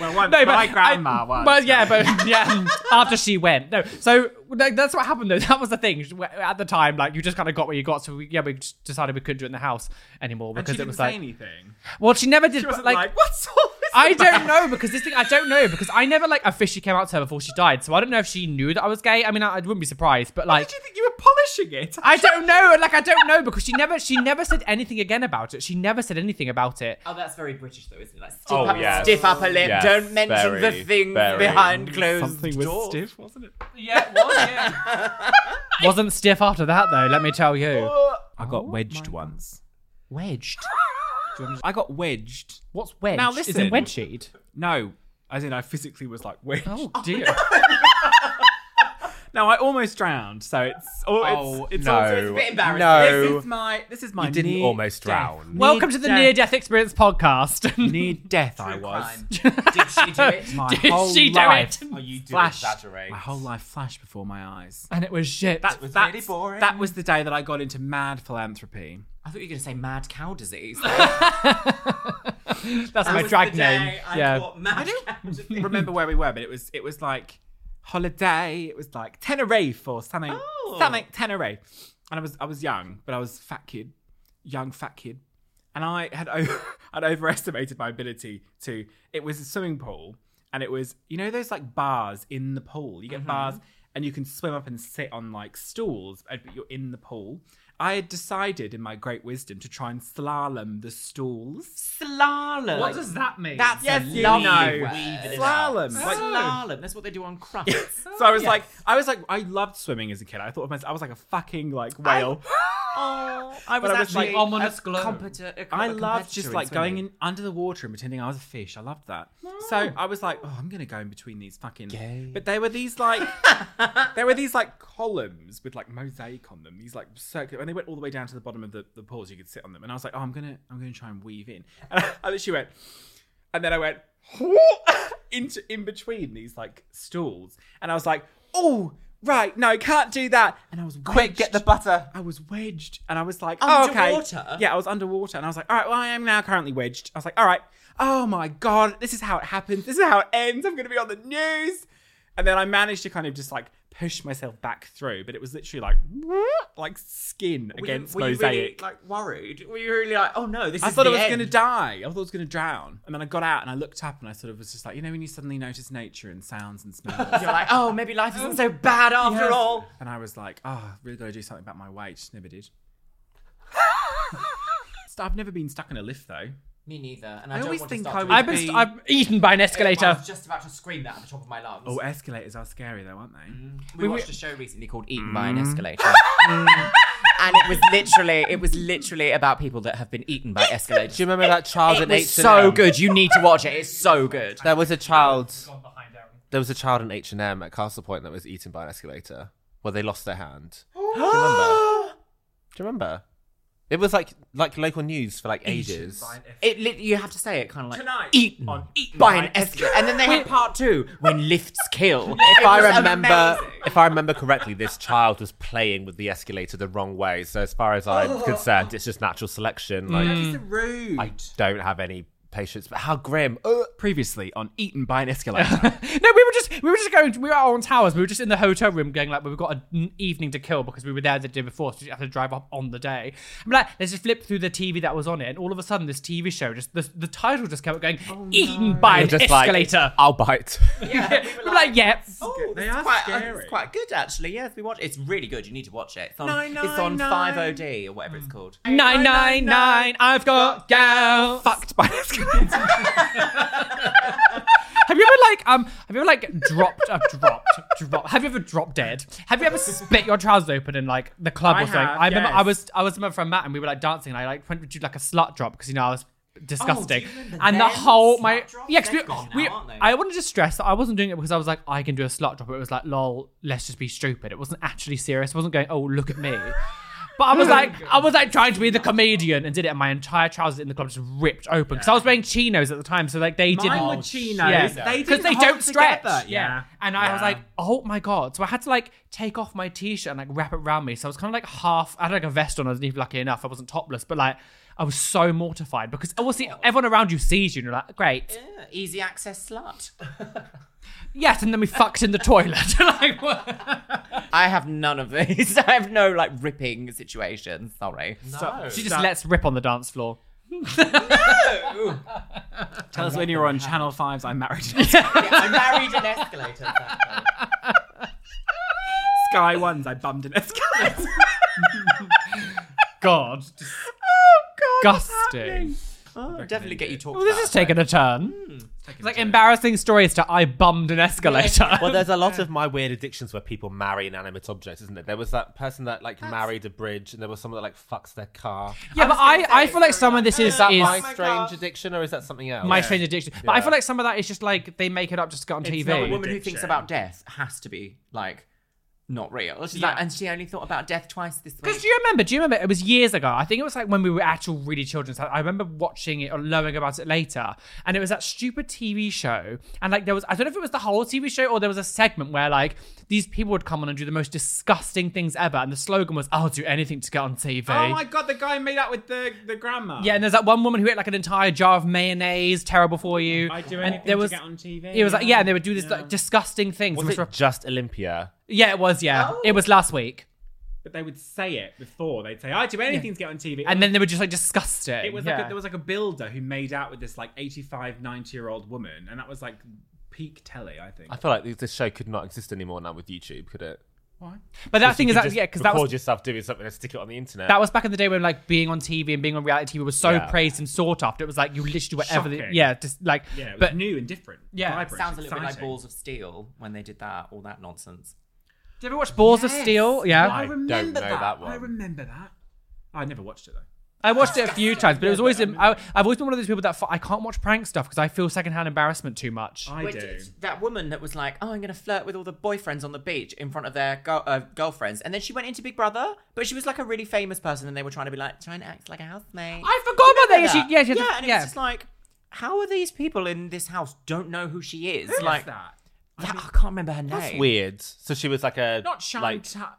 Speaker 4: Well, one,
Speaker 2: No, but
Speaker 4: my
Speaker 2: I-
Speaker 4: grandma was.
Speaker 2: Well, yeah, but yeah, after she went, no. So like, that's what happened though. <laughs> That was the thing at the time. Like you just kind of got what you got. So we, yeah, we just decided we couldn't do it in the house anymore
Speaker 4: And
Speaker 2: because
Speaker 4: she
Speaker 2: it
Speaker 4: didn't
Speaker 2: was
Speaker 4: say
Speaker 2: like.
Speaker 4: anything.
Speaker 2: Well, she never did.
Speaker 4: She
Speaker 2: but,
Speaker 4: wasn't
Speaker 2: like,
Speaker 4: like, what's all this?
Speaker 2: <laughs> I
Speaker 4: about?" <laughs>
Speaker 2: don't know because this thing I don't know because I never like officially came out to her before she died. So I don't know if she knew that I was gay. I mean, I, I wouldn't be surprised, but like.
Speaker 4: Did you think you were polishing it?
Speaker 2: I don't know, and like I don't know because she never she never said anything again about it. She never said anything about it.
Speaker 1: Oh, that's very British, though, isn't it? Like, stiff,
Speaker 3: Oh,
Speaker 1: up,
Speaker 3: yes.
Speaker 1: stiff upper lip.
Speaker 3: Yes,
Speaker 1: Don't mention
Speaker 3: very,
Speaker 1: the things
Speaker 3: very.
Speaker 1: behind closed
Speaker 4: Something was
Speaker 1: doors.
Speaker 4: stiff, wasn't it?
Speaker 2: Yeah, it was. <laughs> Wasn't stiff after that though. Let me tell you.
Speaker 4: I got
Speaker 2: Oh
Speaker 4: wedged once.
Speaker 2: Wedged.
Speaker 4: I got wedged.
Speaker 2: What's wedged?
Speaker 4: Now
Speaker 2: Is
Speaker 4: listen.
Speaker 2: it wedged?
Speaker 4: No, as in I physically was like wedged.
Speaker 2: Oh dear.
Speaker 4: No, I almost drowned. So it's oh,
Speaker 3: Oh,
Speaker 4: it's, it's
Speaker 3: no.
Speaker 4: also-
Speaker 1: It's a bit embarrassing.
Speaker 3: No.
Speaker 4: This is my. This is my.
Speaker 3: You didn't
Speaker 4: near
Speaker 3: almost
Speaker 4: death-
Speaker 3: drown.
Speaker 2: Welcome to the
Speaker 4: death-
Speaker 2: Near Death Experience podcast.
Speaker 4: Near death, I
Speaker 1: True
Speaker 4: was.
Speaker 1: crime. <laughs> Did she do it?
Speaker 4: My
Speaker 2: <laughs> Did
Speaker 4: whole
Speaker 2: she do
Speaker 4: life,
Speaker 2: it?
Speaker 3: Oh, you do
Speaker 4: Flash.
Speaker 3: exaggerate.
Speaker 4: My whole life flashed before my eyes.
Speaker 2: <laughs> and it was shit.
Speaker 4: That
Speaker 1: was
Speaker 4: that's-
Speaker 1: really boring.
Speaker 4: That was the day that I got into mad philanthropy.
Speaker 1: I thought you were going to say mad cow <laughs> disease.
Speaker 2: That's my
Speaker 1: was
Speaker 2: drag
Speaker 1: the
Speaker 2: name.
Speaker 1: day I
Speaker 2: yeah.
Speaker 1: caught mad <laughs> cow disease.
Speaker 4: Remember where we were, but it was it was like holiday. It was like Tenerife or something.
Speaker 1: Oh.
Speaker 4: Something Tenerife. And I was I was young, but I was fat kid, young fat kid, and I had over, <laughs> I'd overestimated my ability to. It was a swimming pool, and it was you know those like bars in the pool. You get bars, and you can swim up and sit on like stools, and- but you're in the pool. I had decided, in my great wisdom, to try and slalom the stools.
Speaker 1: Slalom.
Speaker 2: What does that mean?
Speaker 1: That's
Speaker 4: Yes,
Speaker 1: a
Speaker 4: you
Speaker 1: lovely
Speaker 4: know.
Speaker 1: word.
Speaker 4: Weaving it out. Slalom. Like-
Speaker 1: Slalom. That's what they do on <laughs> crusts.
Speaker 4: So I was like, I was like, I loved swimming as a kid. I thought of myself, I was like a fucking like whale.
Speaker 1: <laughs> oh, I was
Speaker 4: But I was
Speaker 1: actually
Speaker 4: like,
Speaker 2: ominous
Speaker 1: a
Speaker 2: glow.
Speaker 1: competent- uh, a-
Speaker 4: I
Speaker 1: a
Speaker 4: loved just
Speaker 1: competitor
Speaker 4: like
Speaker 1: in
Speaker 4: going
Speaker 1: swimming.
Speaker 4: in under the water and pretending I was a fish. I loved that. So I was like, oh, I'm gonna go in between these fucking. But they were
Speaker 1: <laughs>
Speaker 4: these like, there were these like columns with like mosaic on them. These like circular, and they went all the way down to the bottom of the the pools. You could sit on them, and I was like, oh, I'm gonna, I'm gonna try and weave in. <laughs> And I literally went, and then I went <laughs> into in between these like stools, and I was like, oh. Right, no, can't do that. And I was wedged.
Speaker 3: butter.
Speaker 4: I was wedged, and I was like, Oh,
Speaker 1: Underwater?
Speaker 4: okay. Yeah, I was underwater, and I was like, all right, well, I am now currently wedged. I was like, all right, oh my god, this is how it happens. This is how it ends. I'm gonna be on the news. And then I managed to kind of just like push myself back through, but it was literally like, <laughs> like skin
Speaker 1: Were you-
Speaker 4: against
Speaker 1: were you
Speaker 4: mosaic.
Speaker 1: really, like worried? Were you really like, oh no, this
Speaker 4: I
Speaker 1: is
Speaker 4: thought I
Speaker 1: the
Speaker 4: was
Speaker 1: end.
Speaker 4: going to die. I thought I was going to drown. And then I got out and I looked up and I sort of was just like, you know, when you suddenly notice nature and sounds and smells.
Speaker 1: <laughs> You're like, oh, maybe life isn't so bad after
Speaker 4: Yes.
Speaker 1: all.
Speaker 4: And I was like, oh, I've really got to do
Speaker 1: <laughs>
Speaker 4: something about my weight. Never did. So I've never been stuck in a lift though.
Speaker 1: Me neither. And I,
Speaker 4: I
Speaker 1: don't
Speaker 4: always
Speaker 1: want to
Speaker 4: think
Speaker 1: start
Speaker 4: I
Speaker 1: doing
Speaker 4: would
Speaker 2: I've
Speaker 1: that.
Speaker 2: been
Speaker 4: be-
Speaker 2: I've eaten by an
Speaker 1: I
Speaker 2: escalator.
Speaker 1: was just about to scream that at the top of my lungs.
Speaker 4: Oh, escalators are scary though, aren't they?
Speaker 1: we, watched a show recently called Eaten by
Speaker 4: Mm.
Speaker 1: an
Speaker 4: <laughs>
Speaker 1: Escalator. and it was literally, it was literally about people that have been eaten by escalators.
Speaker 3: Do you remember that child
Speaker 1: It
Speaker 3: in
Speaker 1: was
Speaker 3: H&M?
Speaker 1: so good. You need to watch it. It's so good.
Speaker 3: There was a child. There was a child in H and M at Castle Point that was eaten by an escalator, where they lost their hand. Do you remember? Do you remember? It was like like local news for like ages.
Speaker 1: It lit you have to say it kind of like
Speaker 4: Tonight
Speaker 1: eaten
Speaker 4: on Eaten
Speaker 1: by
Speaker 4: by
Speaker 1: an
Speaker 4: an
Speaker 1: escalator, and then they had part two when lifts kill.
Speaker 3: If I remember, if I remember correctly, this child was playing with the escalator the wrong way. So as far as I'm concerned, it's just natural selection. Like
Speaker 4: rude.
Speaker 3: I don't have any patience. But how grim! Uh, Ugh.
Speaker 4: Previously on Eaten by
Speaker 1: <laughs>
Speaker 4: an Escalator.
Speaker 2: No, we were just we were just going. We were on towers. We were just in the hotel room, going like we've got an evening to kill because we were there the day before, so we have to drive up on the day. I'm like, let's just flip through the TV that was on it, and all of a sudden, this TV show just the, the title just kept going, eaten by an
Speaker 3: You're just like,
Speaker 2: escalator.
Speaker 3: I'll bite.
Speaker 2: we <laughs> were like, Oh, yeah.
Speaker 1: Oh,
Speaker 4: They
Speaker 1: that's
Speaker 4: are
Speaker 1: quite,
Speaker 4: scary.
Speaker 1: It's quite good actually. Yes, we watch. It's really good. You need to watch it. It's on,
Speaker 4: Nine,
Speaker 1: it's on
Speaker 4: nine, nine. Hmm.
Speaker 1: Five OD or whatever it's called.
Speaker 2: Nine nine nine. I've got gout.
Speaker 4: Fucked by an escalator.
Speaker 2: <laughs> Have you ever like um? Have you ever like dropped? uh, dropped. Dropped. Have you ever dropped dead? Have you ever split your trousers open in like the club
Speaker 4: I
Speaker 2: or something?
Speaker 4: have,
Speaker 2: I remember I
Speaker 4: yes.
Speaker 2: was I was with my friend Matt and we were like dancing and I like went to do like a slut drop because you know I was disgusting
Speaker 1: Oh, you remember
Speaker 2: and the
Speaker 1: them?
Speaker 2: whole my
Speaker 1: Slut drops?
Speaker 2: yeah 'cause
Speaker 1: They're gone
Speaker 2: we,
Speaker 1: now, aren't they?
Speaker 2: I wanted to stress that I wasn't doing it because I was like I can do a slut drop but it was like lol let's just be stupid it wasn't actually serious it wasn't going oh look at me. But I
Speaker 4: <laughs> Oh
Speaker 2: was like, I was like trying to be the comedian and did it, and my entire trousers in the club just ripped open because I was wearing chinos at the time, so like they didn't.
Speaker 4: Mine were chinos. They
Speaker 2: because
Speaker 4: didn't
Speaker 2: they
Speaker 4: hold
Speaker 2: don't stretch.
Speaker 4: together. Yeah.
Speaker 2: and I was
Speaker 4: Yeah.
Speaker 2: like, oh my god! So I had to like take off my t-shirt and like wrap it around me. So I was kind of like half. I had like a vest on. I was even lucky enough I wasn't topless, but like I was so mortified because obviously everyone around you sees you, and you're like, great,
Speaker 1: Yeah, easy access slut.
Speaker 2: yes. And then we fucked in the toilet. <laughs> like,
Speaker 4: Oh,
Speaker 2: what?
Speaker 1: I have none of these. <laughs> I have no like ripping situations. Sorry.
Speaker 4: So,
Speaker 2: she just lets rip on the dance floor.
Speaker 4: tell us when you were on Channel 5's
Speaker 1: <laughs>
Speaker 4: I'm Married
Speaker 1: I married an escalator. Exactly.
Speaker 4: Sky 1's I Bummed an
Speaker 1: <laughs>
Speaker 4: Escalator. <laughs>
Speaker 2: God,
Speaker 1: Oh God.
Speaker 2: disgusting.
Speaker 1: Oh, definitely get you talked
Speaker 2: Well, this
Speaker 1: about.
Speaker 2: is taking a turn. It's like embarrassing stories to I bummed an escalator.
Speaker 3: <laughs>
Speaker 2: <laughs>
Speaker 3: Well, there's a <laughs> lot of my weird addictions where people marry inanimate objects, isn't it? There was that person that like married a bridge, and there was someone that like fucks their car.
Speaker 2: yeah, but I, I feel like some of this is
Speaker 3: Is that
Speaker 2: is
Speaker 3: my
Speaker 2: Oh my,
Speaker 3: strange addiction, or is that something else?
Speaker 2: strange addiction. But I
Speaker 3: Yeah.
Speaker 2: feel like some of that is just like they make it up just to get on TV.
Speaker 1: a woman who
Speaker 4: Addiction.
Speaker 1: thinks about death has to be like not real. She's like, and she only thought about death twice this
Speaker 2: Because
Speaker 1: week.
Speaker 2: do you remember? Do you remember? It was years ago. I think it was like when we were actual really children. So I remember watching it or learning about it later. And it was that stupid TV show. And like there was, I don't know if it was the whole TV show or there was a segment where like these people would come on and do the most disgusting things ever. And the slogan was, "I'll do anything to get on TV."
Speaker 4: Oh my god, the guy made out with the, the grandma.
Speaker 2: Yeah, and there's that one woman who ate like an entire jar of mayonnaise, terrible for you.
Speaker 4: I do
Speaker 2: And
Speaker 4: anything
Speaker 2: there was,
Speaker 4: to get on TV.
Speaker 2: It was like yeah, and they would do this
Speaker 4: Yeah.
Speaker 2: like disgusting things.
Speaker 3: was
Speaker 2: which
Speaker 3: it
Speaker 2: were-
Speaker 3: just Olympia?
Speaker 2: yeah, it was yeah,
Speaker 1: Oh.
Speaker 2: it was last week,
Speaker 4: But they would say it before. They'd say, I do anything to get on TV.
Speaker 2: and then they were just like disgusting.
Speaker 4: It was
Speaker 2: yeah.
Speaker 4: like a, there was like a builder who made out with this like 85, 90 year old woman, and that was like peak telly, I think.
Speaker 3: I feel like this show could not exist anymore now with YouTube, could it?
Speaker 2: but that thing is
Speaker 3: You
Speaker 2: that
Speaker 3: just
Speaker 2: yeah, because that
Speaker 3: record
Speaker 2: was.
Speaker 3: yourself doing something and stick it on the internet.
Speaker 2: That was back in the day when like being on TV and being on reality TV was so
Speaker 3: Yeah.
Speaker 2: praised and sought after. It was like you literally do whatever. The,
Speaker 4: Shocking.
Speaker 2: yeah, just like
Speaker 4: yeah, it was
Speaker 2: but
Speaker 4: new and different.
Speaker 2: Yeah.
Speaker 4: vibrant,
Speaker 1: Sounds a little bit like
Speaker 4: exciting.
Speaker 1: Balls of Steel when they did that, all that nonsense.
Speaker 2: did you ever watch Balls of
Speaker 4: Yes.
Speaker 2: Steel? Yeah,
Speaker 4: I remember
Speaker 3: don't know
Speaker 4: that.
Speaker 3: that one.
Speaker 4: I remember that. I never watched it though.
Speaker 2: I watched it a few times, but it was always I, I've always been one of those people that f- I can't watch prank stuff because I feel secondhand embarrassment too much.
Speaker 4: I
Speaker 1: Wait,
Speaker 4: do.
Speaker 1: That woman that was like, "Oh, I'm going to flirt with all the boyfriends on the beach in front of their girl uh, girlfriends," and then she went into Big Brother, but she was like a really famous person, and they were trying to be like, trying to act like a housemate.
Speaker 2: I forgot about that. Yeah, she,
Speaker 1: Remember
Speaker 2: yeah, she had to-
Speaker 1: and
Speaker 2: yeah.
Speaker 1: it's just like, how are these people in this house don't know who she is? like
Speaker 4: What's that?
Speaker 1: that- I can't remember her name.
Speaker 3: That's weird. So she was like a
Speaker 4: Not
Speaker 3: like,
Speaker 4: Chantel.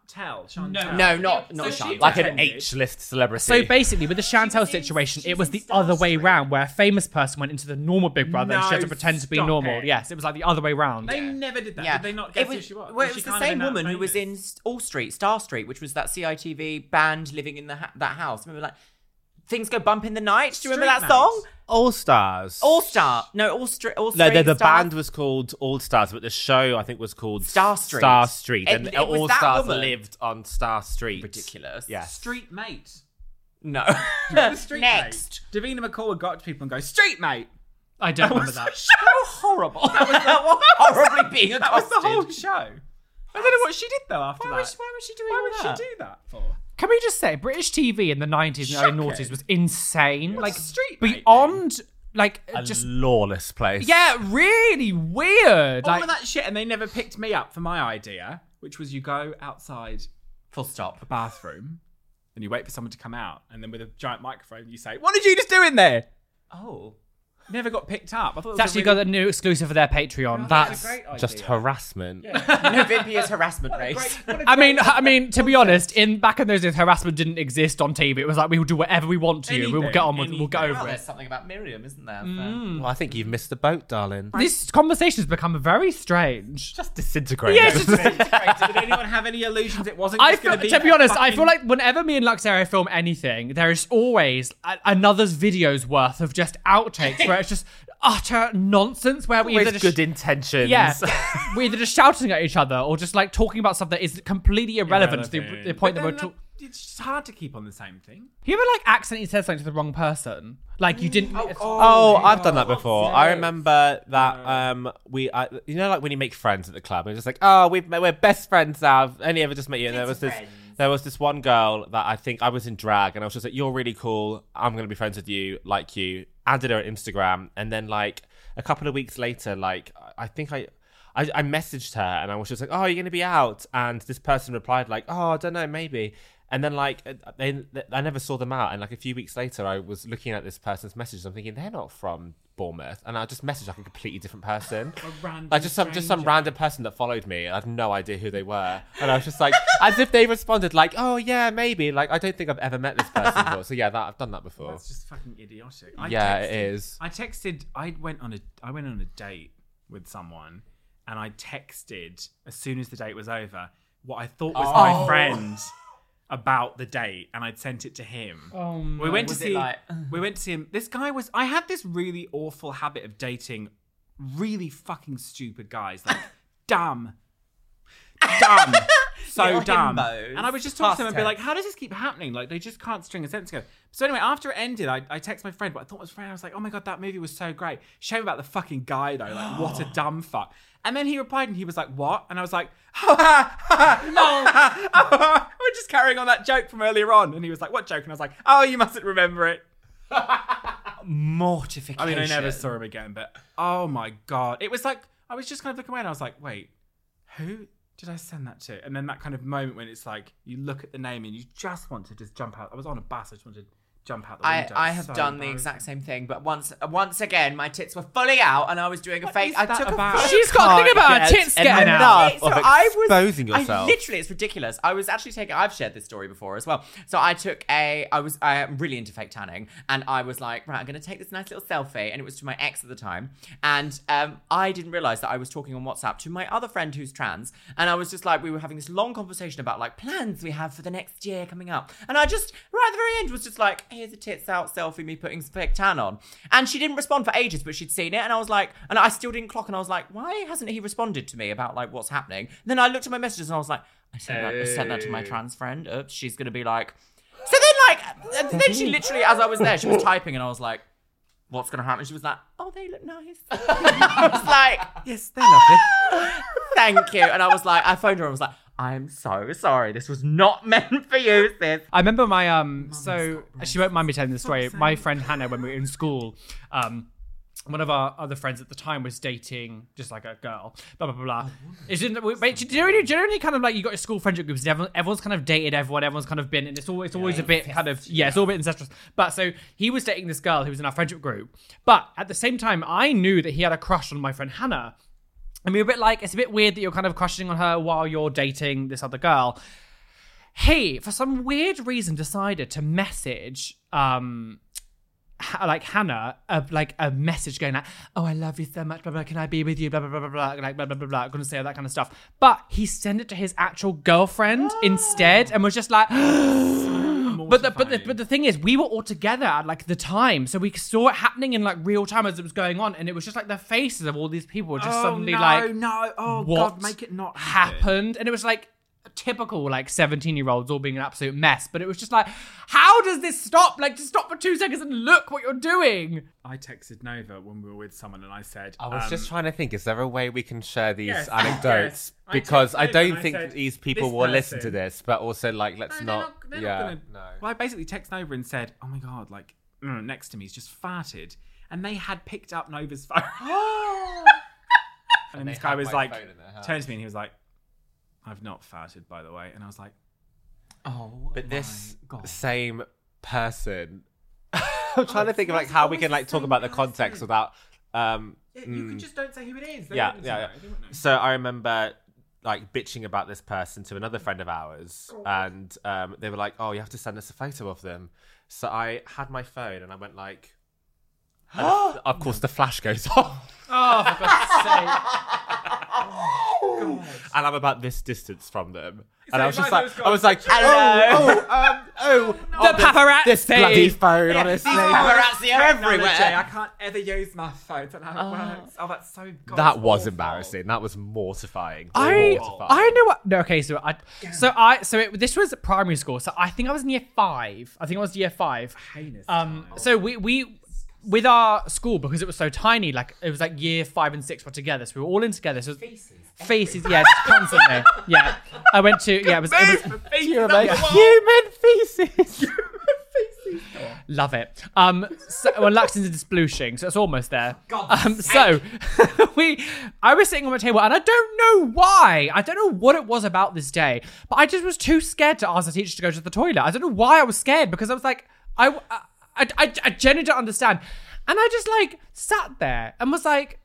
Speaker 1: No, not not
Speaker 2: she-
Speaker 1: Charlotte.
Speaker 3: like an
Speaker 4: Pretended.
Speaker 3: H list celebrity.
Speaker 2: So basically, with the Chantel situation,
Speaker 1: she's
Speaker 2: it was
Speaker 1: in
Speaker 2: the
Speaker 1: Star
Speaker 2: other way
Speaker 1: Street.
Speaker 2: round, where a famous person went into the normal Big Brother and she had to
Speaker 4: No,
Speaker 2: pretend to be
Speaker 4: stop
Speaker 2: normal.
Speaker 4: it.
Speaker 2: Yes, it was like the other way round.
Speaker 4: They never did that.
Speaker 1: Yeah,
Speaker 4: Did they not guess
Speaker 1: it was,
Speaker 4: who she was?
Speaker 1: Well, it
Speaker 4: she
Speaker 1: was the
Speaker 4: kind of
Speaker 1: same
Speaker 4: in that
Speaker 1: woman who was in
Speaker 4: famous?
Speaker 1: All Street, Star Street, which was that CITV band living in the ha- that house. Remember, like things go bump in the night. Do you remember
Speaker 4: Street
Speaker 1: that
Speaker 4: Night.
Speaker 1: song?
Speaker 3: All Stars.
Speaker 1: All Star. No, All Street. All
Speaker 3: No,
Speaker 1: Street.
Speaker 3: the, the
Speaker 1: Star-
Speaker 3: band was called All Stars, but the show I think was called
Speaker 1: Star Street.
Speaker 3: Star Street,
Speaker 1: It-
Speaker 3: and
Speaker 1: it was
Speaker 3: All
Speaker 1: that
Speaker 3: Stars
Speaker 1: woman.
Speaker 3: lived on Star Street.
Speaker 1: Ridiculous.
Speaker 3: Yeah.
Speaker 4: Street Mate.
Speaker 1: No. <laughs>
Speaker 4: street
Speaker 1: Next.
Speaker 4: mate. Davina McCall would go up to people and go,
Speaker 1: <laughs>
Speaker 4: "Street mate."
Speaker 2: I
Speaker 4: <laughs>
Speaker 2: don't remember that.
Speaker 1: How horrible. <laughs> That was, that was <laughs> horribly being
Speaker 4: That was
Speaker 1: accosted.
Speaker 4: the whole show. I don't know what she did though after
Speaker 1: why,
Speaker 4: that.
Speaker 1: was, why was she doing
Speaker 4: why would
Speaker 1: all that?
Speaker 4: she do that for?
Speaker 2: Can we just say British TV in the nineties and early
Speaker 4: Shocking.
Speaker 2: noughties was insane, like
Speaker 4: street mate
Speaker 2: beyond, like just
Speaker 3: lawless place.
Speaker 2: yeah, really weird.
Speaker 4: All
Speaker 2: Like
Speaker 4: of that shit, and they never picked me up for my idea, which was you go outside
Speaker 1: Full stop.
Speaker 4: bathroom and you wait for someone to come out, and then with a giant microphone you say, "What did you just do in there?"
Speaker 1: Oh.
Speaker 4: Never got picked up. I thought
Speaker 2: it's actually got a new exclusive for their Patreon. that's.
Speaker 3: Just harassment.
Speaker 1: Novimpia is harassment
Speaker 4: <laughs>
Speaker 1: race.
Speaker 2: I mean, I mean, to be honest, in back in those days, harassment didn't exist on TV. It was like we will do whatever we want to you. We will
Speaker 4: Anything,
Speaker 2: get on with. We'll
Speaker 4: anything.
Speaker 2: get
Speaker 1: Well,
Speaker 2: over it.
Speaker 1: there's something about Miriam, isn't there?
Speaker 3: <laughs>
Speaker 1: Mm.
Speaker 3: Well, I think you've missed the boat, darling.
Speaker 2: This conversation has become very strange.
Speaker 3: Just disintegrated.
Speaker 2: Yeah,
Speaker 1: <laughs>
Speaker 2: it's just-
Speaker 4: did anyone have any illusions it wasn't?
Speaker 2: I
Speaker 4: just
Speaker 2: feel,
Speaker 4: gonna
Speaker 2: to be
Speaker 4: a
Speaker 2: honest, I
Speaker 4: fucking-
Speaker 2: feel like whenever me and Luxaria film anything, there is always a- another's video's worth of just outtakes where it's just <laughs> utter nonsense. Where we either
Speaker 3: Always
Speaker 2: just,
Speaker 3: good
Speaker 2: <laughs>
Speaker 3: intentions.
Speaker 2: yeah, we're either just shouting at each other or just like talking about stuff that is completely irrelevant, to
Speaker 3: Irrelevant.
Speaker 2: the, the point
Speaker 4: Then,
Speaker 2: that we're
Speaker 4: like,
Speaker 2: talking.
Speaker 4: It's just hard to keep on the same thing.
Speaker 2: You ever like accidentally said something to the wrong person? Like you didn't. it's-
Speaker 3: <laughs> Oh, I've done that before. I remember that um, we, I, you know, like when you make friends at the club, and it's just like, oh, we've met, we're best friends now. I've only ever just met you. And there was this, there was this one girl that I think I was in drag, and I was just like, you're really cool. I'm gonna be friends with you, like you. Added her on Instagram, and then like a couple of weeks later, like I- I think I. I, I messaged her and I was just like, "Oh, are you going to be out?" And this person replied like, "Oh, I don't know, maybe." And then like uh, they, they, I never saw them out. And like a few weeks later, I was looking at this person's messages. I'm thinking they're not from Bournemouth, and I just messaged like a completely different person,
Speaker 4: random
Speaker 3: like just some just some random person that followed me. I had no idea who they were, and I was just like, <laughs> as if they responded like, "Oh yeah, maybe." Like I don't think I've ever met this person before. So yeah, that I've done that before.
Speaker 4: That's just fucking idiotic. I
Speaker 3: Yeah,
Speaker 4: texted,
Speaker 3: it is.
Speaker 4: I texted. I went on a. I went on a date with someone, and I texted as soon as the date was over what I thought was my
Speaker 3: Oh.
Speaker 4: friend about the date, and I'd sent it to him.
Speaker 2: Oh, no.
Speaker 4: we went
Speaker 1: uh,
Speaker 4: to
Speaker 1: Was it
Speaker 4: see.
Speaker 1: like-
Speaker 4: <sighs> we went to see him. This guy was. I had this really awful habit of dating really fucking stupid guys, like <laughs> dumb,
Speaker 1: <laughs>
Speaker 4: dumb. So
Speaker 1: Little
Speaker 4: dumb,
Speaker 1: himbos.
Speaker 4: and I was just talking to them and be
Speaker 1: Past
Speaker 4: like, "How does this keep happening? Like, they just can't string a sentence together." So anyway, after it ended, I, I text my friend, but I thought it was friend. I was like, "Oh my god, that movie was so great. Shame about the fucking guy though. Like, what a dumb fuck." And then he replied, and he was like, "What?" And I was like, <laughs> "Ha ha ha <laughs> ha, ha, ha." We're just carrying on that joke from earlier on." And he was like, "What joke?" And I was like, "Oh, you mustn't remember it."
Speaker 1: Mortification.
Speaker 4: I mean, I never saw him again, but oh my god, it was like I was just kind of looking away, and I was like, wait, who did I send that to? And then that kind of moment when it's like you look at the name and you just want to just jump out. I was on a bus, I just wanted to jump out the
Speaker 1: I,
Speaker 4: window.
Speaker 1: I
Speaker 4: It's
Speaker 1: have
Speaker 4: so
Speaker 1: done the
Speaker 4: embarrassing.
Speaker 1: exact same thing, but once once again, my tits were fully out, and I was doing a fake.
Speaker 4: is
Speaker 1: I
Speaker 4: that
Speaker 1: took
Speaker 4: about?
Speaker 1: a photo-
Speaker 2: She's got a thing about her
Speaker 3: Can't
Speaker 2: tits
Speaker 3: get
Speaker 2: getting
Speaker 3: enough.
Speaker 2: out.
Speaker 1: Okay, so
Speaker 3: of
Speaker 1: I was-
Speaker 3: exposing
Speaker 1: I
Speaker 3: yourself.
Speaker 1: literally, it's ridiculous. I was actually taking. I've shared this story before as well. So I took a. I was. I am really into fake tanning, and I was like, right, I'm going to take this nice little selfie, and it was to my ex at the time, and um, I didn't realize that I was talking on WhatsApp to my other friend who's trans, and I was just like, we were having this long conversation about like plans we have for the next year coming up, and I just right at the very end was just like, here's a tits out selfie, me putting some fake tan on, and she didn't respond for ages, but she'd seen it, and I was like, and I still didn't clock, and I was like, why hasn't he responded to me about like what's happening? And then I looked at my messages, and I was like. I sent, that, I sent that to my trans friend. Oops, she's gonna be like. So then, like, and then she literally, as I was there, she was typing, and I was like, "What's gonna happen?" She was like, "Oh, they look nice." <laughs> I was like,
Speaker 3: yes, they're
Speaker 1: <gasps>
Speaker 3: lovely.
Speaker 1: "Thank you," and I was like, I phoned her, and was like, "I'm so sorry. This was not <laughs> meant for you, sis."
Speaker 2: I remember my um. So she won't mind me telling this story. My friend Hannah, when we were in school, um, one of our other friends at the time was dating just like a girl. Blah blah blah. blah. It's in, we, but generally, generally, kind of like you got your school friendship groups. and Everyone, everyone's kind of dated everyone. Everyone's kind of been, and it's always it's always a bit kind of yeah, it's all a bit incestuous. But so he was dating this girl who was in our friendship group. But at the same time, I knew that he had a crush on my friend Hannah. And we were a bit like, it's a bit weird that you're kind of crushing on her while you're dating this other girl he for some weird reason decided to message um ha- like Hannah, a, like a message going like, "Oh, I love you so much, blah blah. Can I be with you, blah blah blah blah blah, like blah blah blah blah." Gonna say all that kind of stuff, but he sent it to his actual
Speaker 4: <gasps>
Speaker 2: girlfriend instead, and was just like, <gasps> But the, but the, but the thing is, we were all together at like the time, so we saw it happening in like real time as it was going on, and it was just like the faces of all these people were just
Speaker 4: Oh,
Speaker 2: suddenly
Speaker 4: no,
Speaker 2: like
Speaker 4: no, oh
Speaker 2: what
Speaker 4: god, make it not happen.
Speaker 2: happened, and it was like typical like 17 year olds all being an absolute mess but it was just like how does this stop like just stop for two seconds and look what you're doing
Speaker 4: I texted Nova when we were with someone, and I said,
Speaker 3: I was
Speaker 4: um,
Speaker 3: just trying to think, is there a way we can share these
Speaker 4: Yes, yes.
Speaker 3: anecdotes?
Speaker 4: I
Speaker 3: Because
Speaker 4: texted
Speaker 3: I
Speaker 4: him and
Speaker 3: don't
Speaker 4: I
Speaker 3: think
Speaker 4: said,
Speaker 3: these people
Speaker 4: "This
Speaker 3: will listen to
Speaker 4: person-
Speaker 3: this, but also, like, let's
Speaker 4: No, they're
Speaker 3: not.
Speaker 4: they're
Speaker 3: yeah.
Speaker 4: gonna-
Speaker 3: no.
Speaker 4: Well, I basically texted Nova and said, "Oh my god, like mm, next to me's just farted," and they had picked up
Speaker 3: <gasps>
Speaker 4: Nova's <laughs> phone. and,
Speaker 3: they
Speaker 4: this guy
Speaker 3: had
Speaker 4: was
Speaker 3: my
Speaker 4: like,
Speaker 3: phone in their hand.
Speaker 4: turned to me and he was like, "I've not farted, by the way," and I was like,
Speaker 5: Oh,
Speaker 3: But this
Speaker 5: God.
Speaker 3: same person. <laughs> I'm trying
Speaker 5: Oh,
Speaker 3: to think of like how we can like talk about the context without. Um, mm.
Speaker 4: just don't say who it is."
Speaker 3: Yeah, wouldn't yeah, know. yeah. So I remember like bitching about this person to another friend of ours, and um, they were like, "Oh, you have to send us a photo of them." So I had my phone and I went like,
Speaker 5: <gasps>
Speaker 3: and of- "Of course, the flash goes <laughs> off."
Speaker 2: <laughs> oh for god's sake
Speaker 3: and I'm about this distance from them.
Speaker 4: So
Speaker 3: And I was
Speaker 4: you
Speaker 3: just
Speaker 4: might
Speaker 3: like,
Speaker 4: have
Speaker 3: I was like, hello, oh, um, oh, oh,
Speaker 2: the paparazzi
Speaker 3: this bloody phone, honestly.
Speaker 1: Paparazzi are
Speaker 4: I
Speaker 1: everywhere.
Speaker 4: can't ever use my phone. Don't know how it works. Oh, that's so. God,
Speaker 3: That
Speaker 4: it's
Speaker 3: was
Speaker 4: awful.
Speaker 3: embarrassing. That was mortifying.
Speaker 2: <laughs> I
Speaker 3: Mortifying.
Speaker 2: I know what. No, okay, so I so I so it, this was primary school. So I think I was in year five. I think I was year five.
Speaker 4: Heinous
Speaker 2: Um,
Speaker 4: time.
Speaker 2: so we we with our school because it was so tiny, like it was like year five and six were together, so we were all in together. So feces,
Speaker 4: <laughs>
Speaker 2: feces, yeah, just <laughs> constantly, yeah. I went to yeah, it was, it
Speaker 3: <laughs>
Speaker 2: was
Speaker 3: Human feces. <laughs>
Speaker 2: love it. Um, so, well, Luxton's in splooshing, so it's almost there.
Speaker 1: God's
Speaker 2: um, so <laughs> we, I was sitting on my table, and I don't know why. I don't know what it was about this day, but I just was too scared to ask the teacher to go to the toilet. I don't know why I was scared because I was like, I, I, I, I genuinely don't understand, and I just like sat there and was like.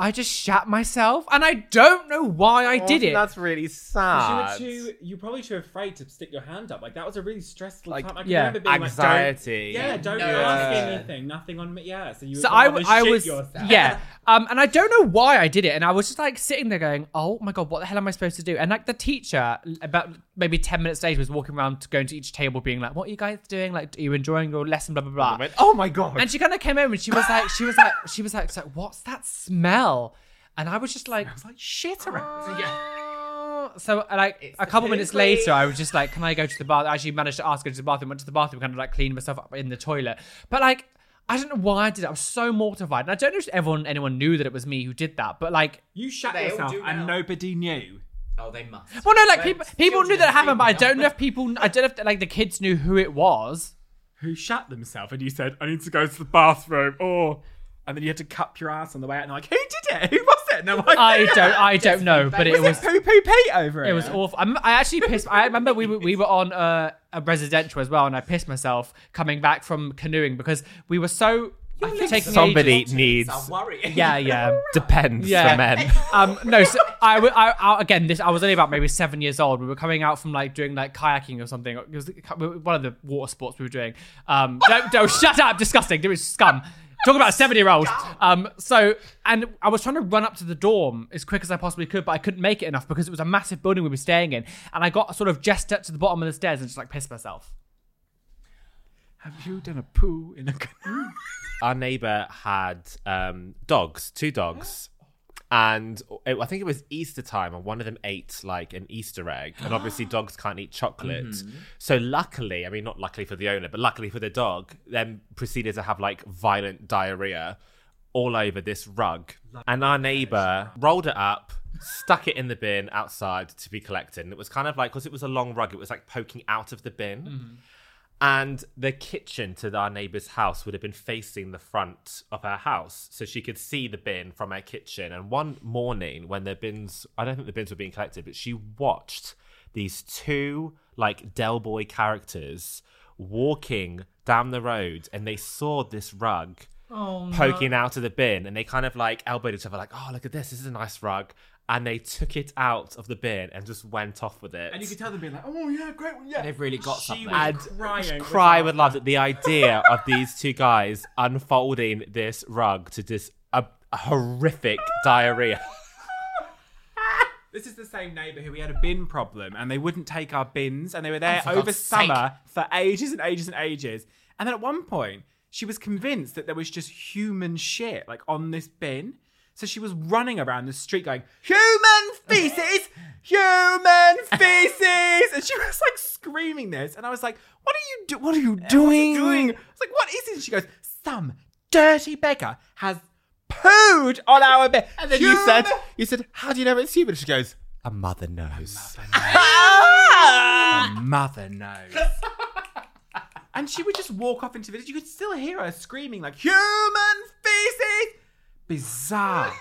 Speaker 2: I just shat myself, and I don't know why I did it.
Speaker 3: Oh, That's really sad.
Speaker 4: You were too. You were probably too afraid to stick your hand up. Like that was a really stressful
Speaker 3: Like,
Speaker 4: time. I can
Speaker 2: yeah.
Speaker 4: remember being
Speaker 3: Anxiety.
Speaker 4: like, "Don't, yeah, don't
Speaker 1: No.
Speaker 4: ask
Speaker 3: Yeah.
Speaker 4: anything. Nothing on me. Yeah." So you.
Speaker 2: So
Speaker 4: would
Speaker 2: I,
Speaker 4: rather
Speaker 2: I
Speaker 4: shit
Speaker 2: was,
Speaker 4: Yourself. <laughs>
Speaker 2: yeah. Um, and I don't know why I did it. And I was just like sitting there going, oh my God, what the hell am I supposed to do? And like the teacher, l- about maybe 10 minutes later, was walking around to going to each table being like, what are you guys doing? Like, are you enjoying your lesson? Blah, blah, blah.
Speaker 3: I went, oh my god.
Speaker 2: And she kind of came over and she was like, she was like, she was like, so what's that smell? And I was just like,
Speaker 4: It's like shit around.
Speaker 2: "Oh." so like a couple minutes later, I was just like, can I go to the bath? I actually managed to ask her to the bathroom, went to the bathroom, kind of like cleaned myself up in the toilet. But like, I don't know why I did it. I was so mortified. And I don't know if everyone, anyone knew that it was me who did that, but like,
Speaker 4: You shut
Speaker 1: They all
Speaker 4: yourself,
Speaker 1: do
Speaker 4: and
Speaker 1: now.
Speaker 4: nobody knew.
Speaker 1: Oh, they must.
Speaker 2: well, no, like
Speaker 1: Well,
Speaker 2: people, people knew that it
Speaker 1: children
Speaker 2: happened, but I
Speaker 1: do
Speaker 2: don't know if people, I don't know if like the kids knew who it was.
Speaker 4: Who shut themselves, and you said, "I need to go to the bathroom," or, and then you had to cup your ass on the way out, and like, "Who did it? Who was it?" No,
Speaker 2: I don't, I don't know, but it was.
Speaker 4: poo poo pee over
Speaker 2: It was awful. I'm, I actually pissed. I remember we were, we were on a, a residential as well, and I pissed myself coming back from canoeing because we were so. I think taking
Speaker 3: Somebody
Speaker 2: ages-
Speaker 3: needs
Speaker 1: I'm worrying.
Speaker 2: Yeah, yeah.
Speaker 3: depends
Speaker 2: Yeah.
Speaker 3: for <laughs> men.
Speaker 2: <laughs> Um, no, so I, w- I- I- again, this I was only about maybe seven years old. We were coming out from like doing like kayaking or something. It was one of the water sports we were doing. Um, <laughs> don't, don't shut up, disgusting. It was scum. Talk about a seven-year-old. Um, so and I was trying to run up to the dorm as quick as I possibly could, but I couldn't make it enough because it was a massive building we were staying in, and I got sort of just up to the bottom of the stairs and just like pissed myself.
Speaker 4: Have you done a poo in a <laughs> canoe?
Speaker 3: Our neighbour had um, dogs, two dogs. And it, I think it was Easter time, and one of them ate like an Easter egg. And obviously, dogs can't eat chocolate. So, luckily, I mean, not luckily for the owner, but luckily for the dog, then proceeded to have like violent diarrhea all over this rug. And our neighbour rolled it up, stuck it in the bin outside to be collected. And it was kind of like, because it was a long rug, it was like poking out of the bin and the kitchen to our neighbour's house would have been facing the front of her house so she could see the bin from her kitchen and one morning when the bins i don't think the bins were being collected but she watched these two like del boy characters walking down the road and they saw this rug
Speaker 4: Oh,
Speaker 3: poking out of the bin and they kind of like elbowed each other like oh look at this this is a nice rug and they took it out of the bin and just went off with it
Speaker 4: and you could tell them being like, "Oh yeah, great one, yeah."
Speaker 1: They've really got something.
Speaker 4: was-
Speaker 3: and
Speaker 4: crying
Speaker 3: just
Speaker 4: with
Speaker 3: cry
Speaker 4: laughter.
Speaker 3: with laughter at the idea of these two guys unfolding this rug to this a, a horrific diarrhea.
Speaker 4: This is the same neighbour who we had a bin problem, and they wouldn't take our bins, and they were there
Speaker 1: Oh, for
Speaker 4: over
Speaker 1: God's
Speaker 4: summer for ages and ages and ages. And then at one point, she was convinced that there was just human shit like on this bin,
Speaker 3: <laughs>
Speaker 4: so she was running around the street going, "Human feces, human feces!" And she was like screaming this, and I was like, "What are you do? What are you doing?" I was like, "What is it?" She goes, "Some dirty beggar has pooed on our bed."
Speaker 3: And then you said, you said, how do you know it's human? She goes, a mother knows.
Speaker 4: My mother knows. <laughs> and she would just walk off into the village. You could still hear her screaming like human feces. Bizarre.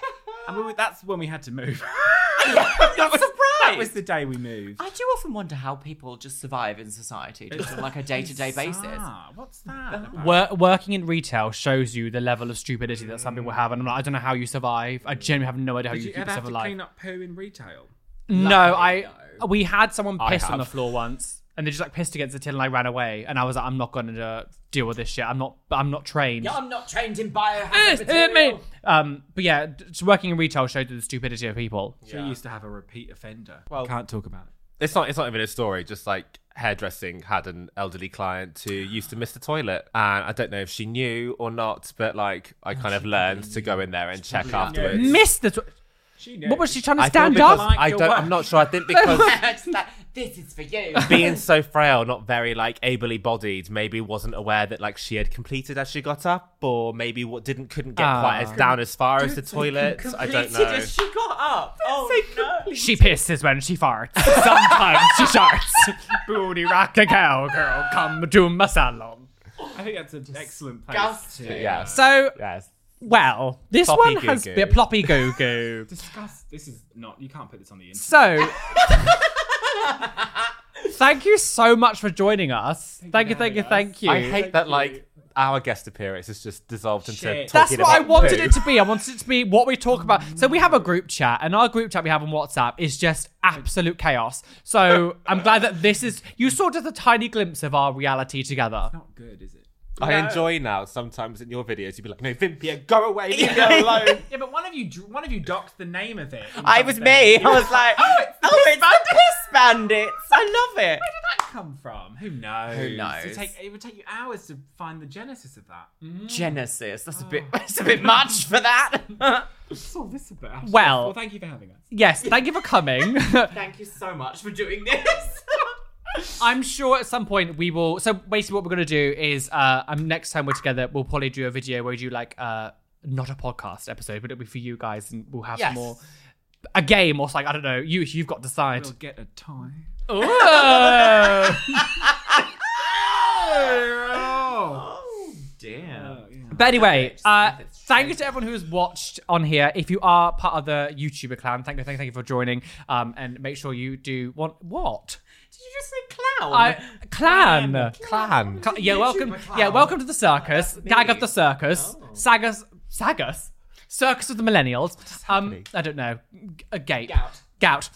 Speaker 4: and we, that's when we had to move. <laughs> that was, that was the day we moved.
Speaker 1: I do often wonder how people just survive in society, just on like a day to day basis.
Speaker 4: Bizarre. What's that? about?
Speaker 2: Wor- working in retail shows you the level of stupidity that some people have, and I'm like, I don't know how you survive. I genuinely have no idea how
Speaker 4: Did
Speaker 2: you
Speaker 4: you
Speaker 2: keep
Speaker 4: ever have
Speaker 2: yourself
Speaker 4: to
Speaker 2: alive.
Speaker 4: clean up poo in retail?
Speaker 2: No, I.
Speaker 4: no.
Speaker 2: We had someone
Speaker 3: I
Speaker 2: piss on
Speaker 3: have.
Speaker 2: the floor once, and they just like pissed against the till, and I ran away. And I was like, I'm not going to deal with this shit. I'm not. I'm not trained.
Speaker 1: I'm not trained in bio.
Speaker 2: <laughs>
Speaker 1: <laughs>
Speaker 2: Yes, hit me. Um, but yeah, d- just working in retail showed you the stupidity of people.
Speaker 4: She used to have a repeat offender. can't talk about it.
Speaker 3: It's not. It's not even a story. Just like hairdressing had an elderly client who used to miss the toilet, and I don't know if she knew or not, but like I kind of learned to go in there and check afterwards.
Speaker 2: Missed the. Tw-
Speaker 4: She
Speaker 2: what was she trying to
Speaker 3: I
Speaker 2: stand
Speaker 3: because,
Speaker 2: up?
Speaker 3: I
Speaker 4: your
Speaker 3: don't.
Speaker 4: work.
Speaker 3: I'm not sure. I think
Speaker 4: <laughs>
Speaker 3: because
Speaker 1: this is for <laughs> you.
Speaker 3: being so frail, not very like ably bodied, maybe wasn't aware that like she had completed as she got up, or maybe what didn't couldn't get quite as down as far as the toilet. I don't
Speaker 1: Completed
Speaker 3: know.
Speaker 1: as she got up. Oh no.
Speaker 2: She pisses when she farts. <laughs> Sometimes she sharts. <laughs> Booty rock a cowgirl, come to my salon.
Speaker 4: I think that's an excellent place.
Speaker 1: Disgusting.
Speaker 4: to-
Speaker 3: Yeah.
Speaker 2: So,
Speaker 3: Yes.
Speaker 2: well, this
Speaker 3: Ploppy
Speaker 2: one has
Speaker 3: goo-goo.
Speaker 2: been ploppy goo goo.
Speaker 4: Discuss. This is not. You can't put this on the internet.
Speaker 2: So, thank you so much for joining us. Thank you, thank you, thank you.
Speaker 3: I hate that like our guest appearance is just dissolved into
Speaker 4: Shit.
Speaker 2: That's
Speaker 3: talking
Speaker 2: what I
Speaker 3: about
Speaker 2: wanted
Speaker 3: poo.
Speaker 2: it to be. I wanted it to be what we talk about. So we have a group chat, and our group chat we have on WhatsApp is just absolute chaos. So I'm glad that this is you saw just a tiny glimpse of our reality together.
Speaker 4: Not good, is it?
Speaker 3: I enjoy now sometimes in your videos you'd be like, no, Vimpia, go away, <laughs> leave me alone.
Speaker 4: Yeah, but one of you, dr- one of you docked the name of it. in
Speaker 1: I was
Speaker 4: something.
Speaker 1: me. I
Speaker 4: Where did
Speaker 1: was like, oh, it's the, piss, bandits. I love it.
Speaker 4: that come from? Who knows?
Speaker 1: Who knows?
Speaker 4: It, take, it would take you hours to find the genesis of that. Mm.
Speaker 1: Genesis. That's a bit. <laughs> That's a bit much for that.
Speaker 4: What's all this about?
Speaker 2: Well-
Speaker 4: well, thank you for having us.
Speaker 2: Yes, thank you for
Speaker 1: <laughs>
Speaker 2: coming. <laughs>
Speaker 1: Thank you so much for doing this.
Speaker 2: I'm sure at some point we will. So basically, what we're gonna do is, uh, um, next time we're together, we'll probably do a video where we do like uh, not a podcast episode, but it'll be for you guys, and we'll
Speaker 1: <laughs>
Speaker 2: have
Speaker 1: Yes.
Speaker 2: more a game or something. I don't know. You you've got to decide.
Speaker 4: We'll get a tie.
Speaker 2: Ooh. <laughs>
Speaker 4: Oh,
Speaker 1: oh dear.
Speaker 4: yeah.
Speaker 2: But anyway,
Speaker 1: Perfect.
Speaker 2: uh,
Speaker 1: Perfect.
Speaker 2: thank you to everyone who has watched on here. If you are part of the YouTuber clan, thank you, thank you, thank you for joining. Um, and make sure you do want what
Speaker 1: Did you just say clown?
Speaker 2: I clan.
Speaker 3: Clan.
Speaker 2: Cl- yeah, welcome. Yeah, welcome to the circus. Gag of the circus.
Speaker 3: Oh.
Speaker 2: Sagas. Sagas. Circus of the millennials. Um, I don't know. G- A gate.
Speaker 1: Gout.
Speaker 2: Gout.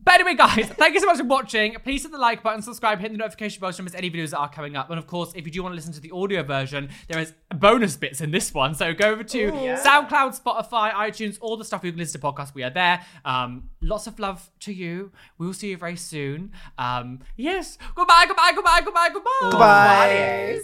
Speaker 2: But anyway, guys, thank you so much for watching. Please hit the like button, subscribe, hit the notification bell to not miss any videos that are coming up. And of course, if you do want to listen to the audio version, there is bonus bits in this one. So go over to SoundCloud, Spotify, iTunes, all the stuff you can listen to podcasts. We are there. Um, lots of love to you. We will see you very soon. Um, yes. Goodbye, goodbye, goodbye, goodbye, goodbye.
Speaker 1: Bye.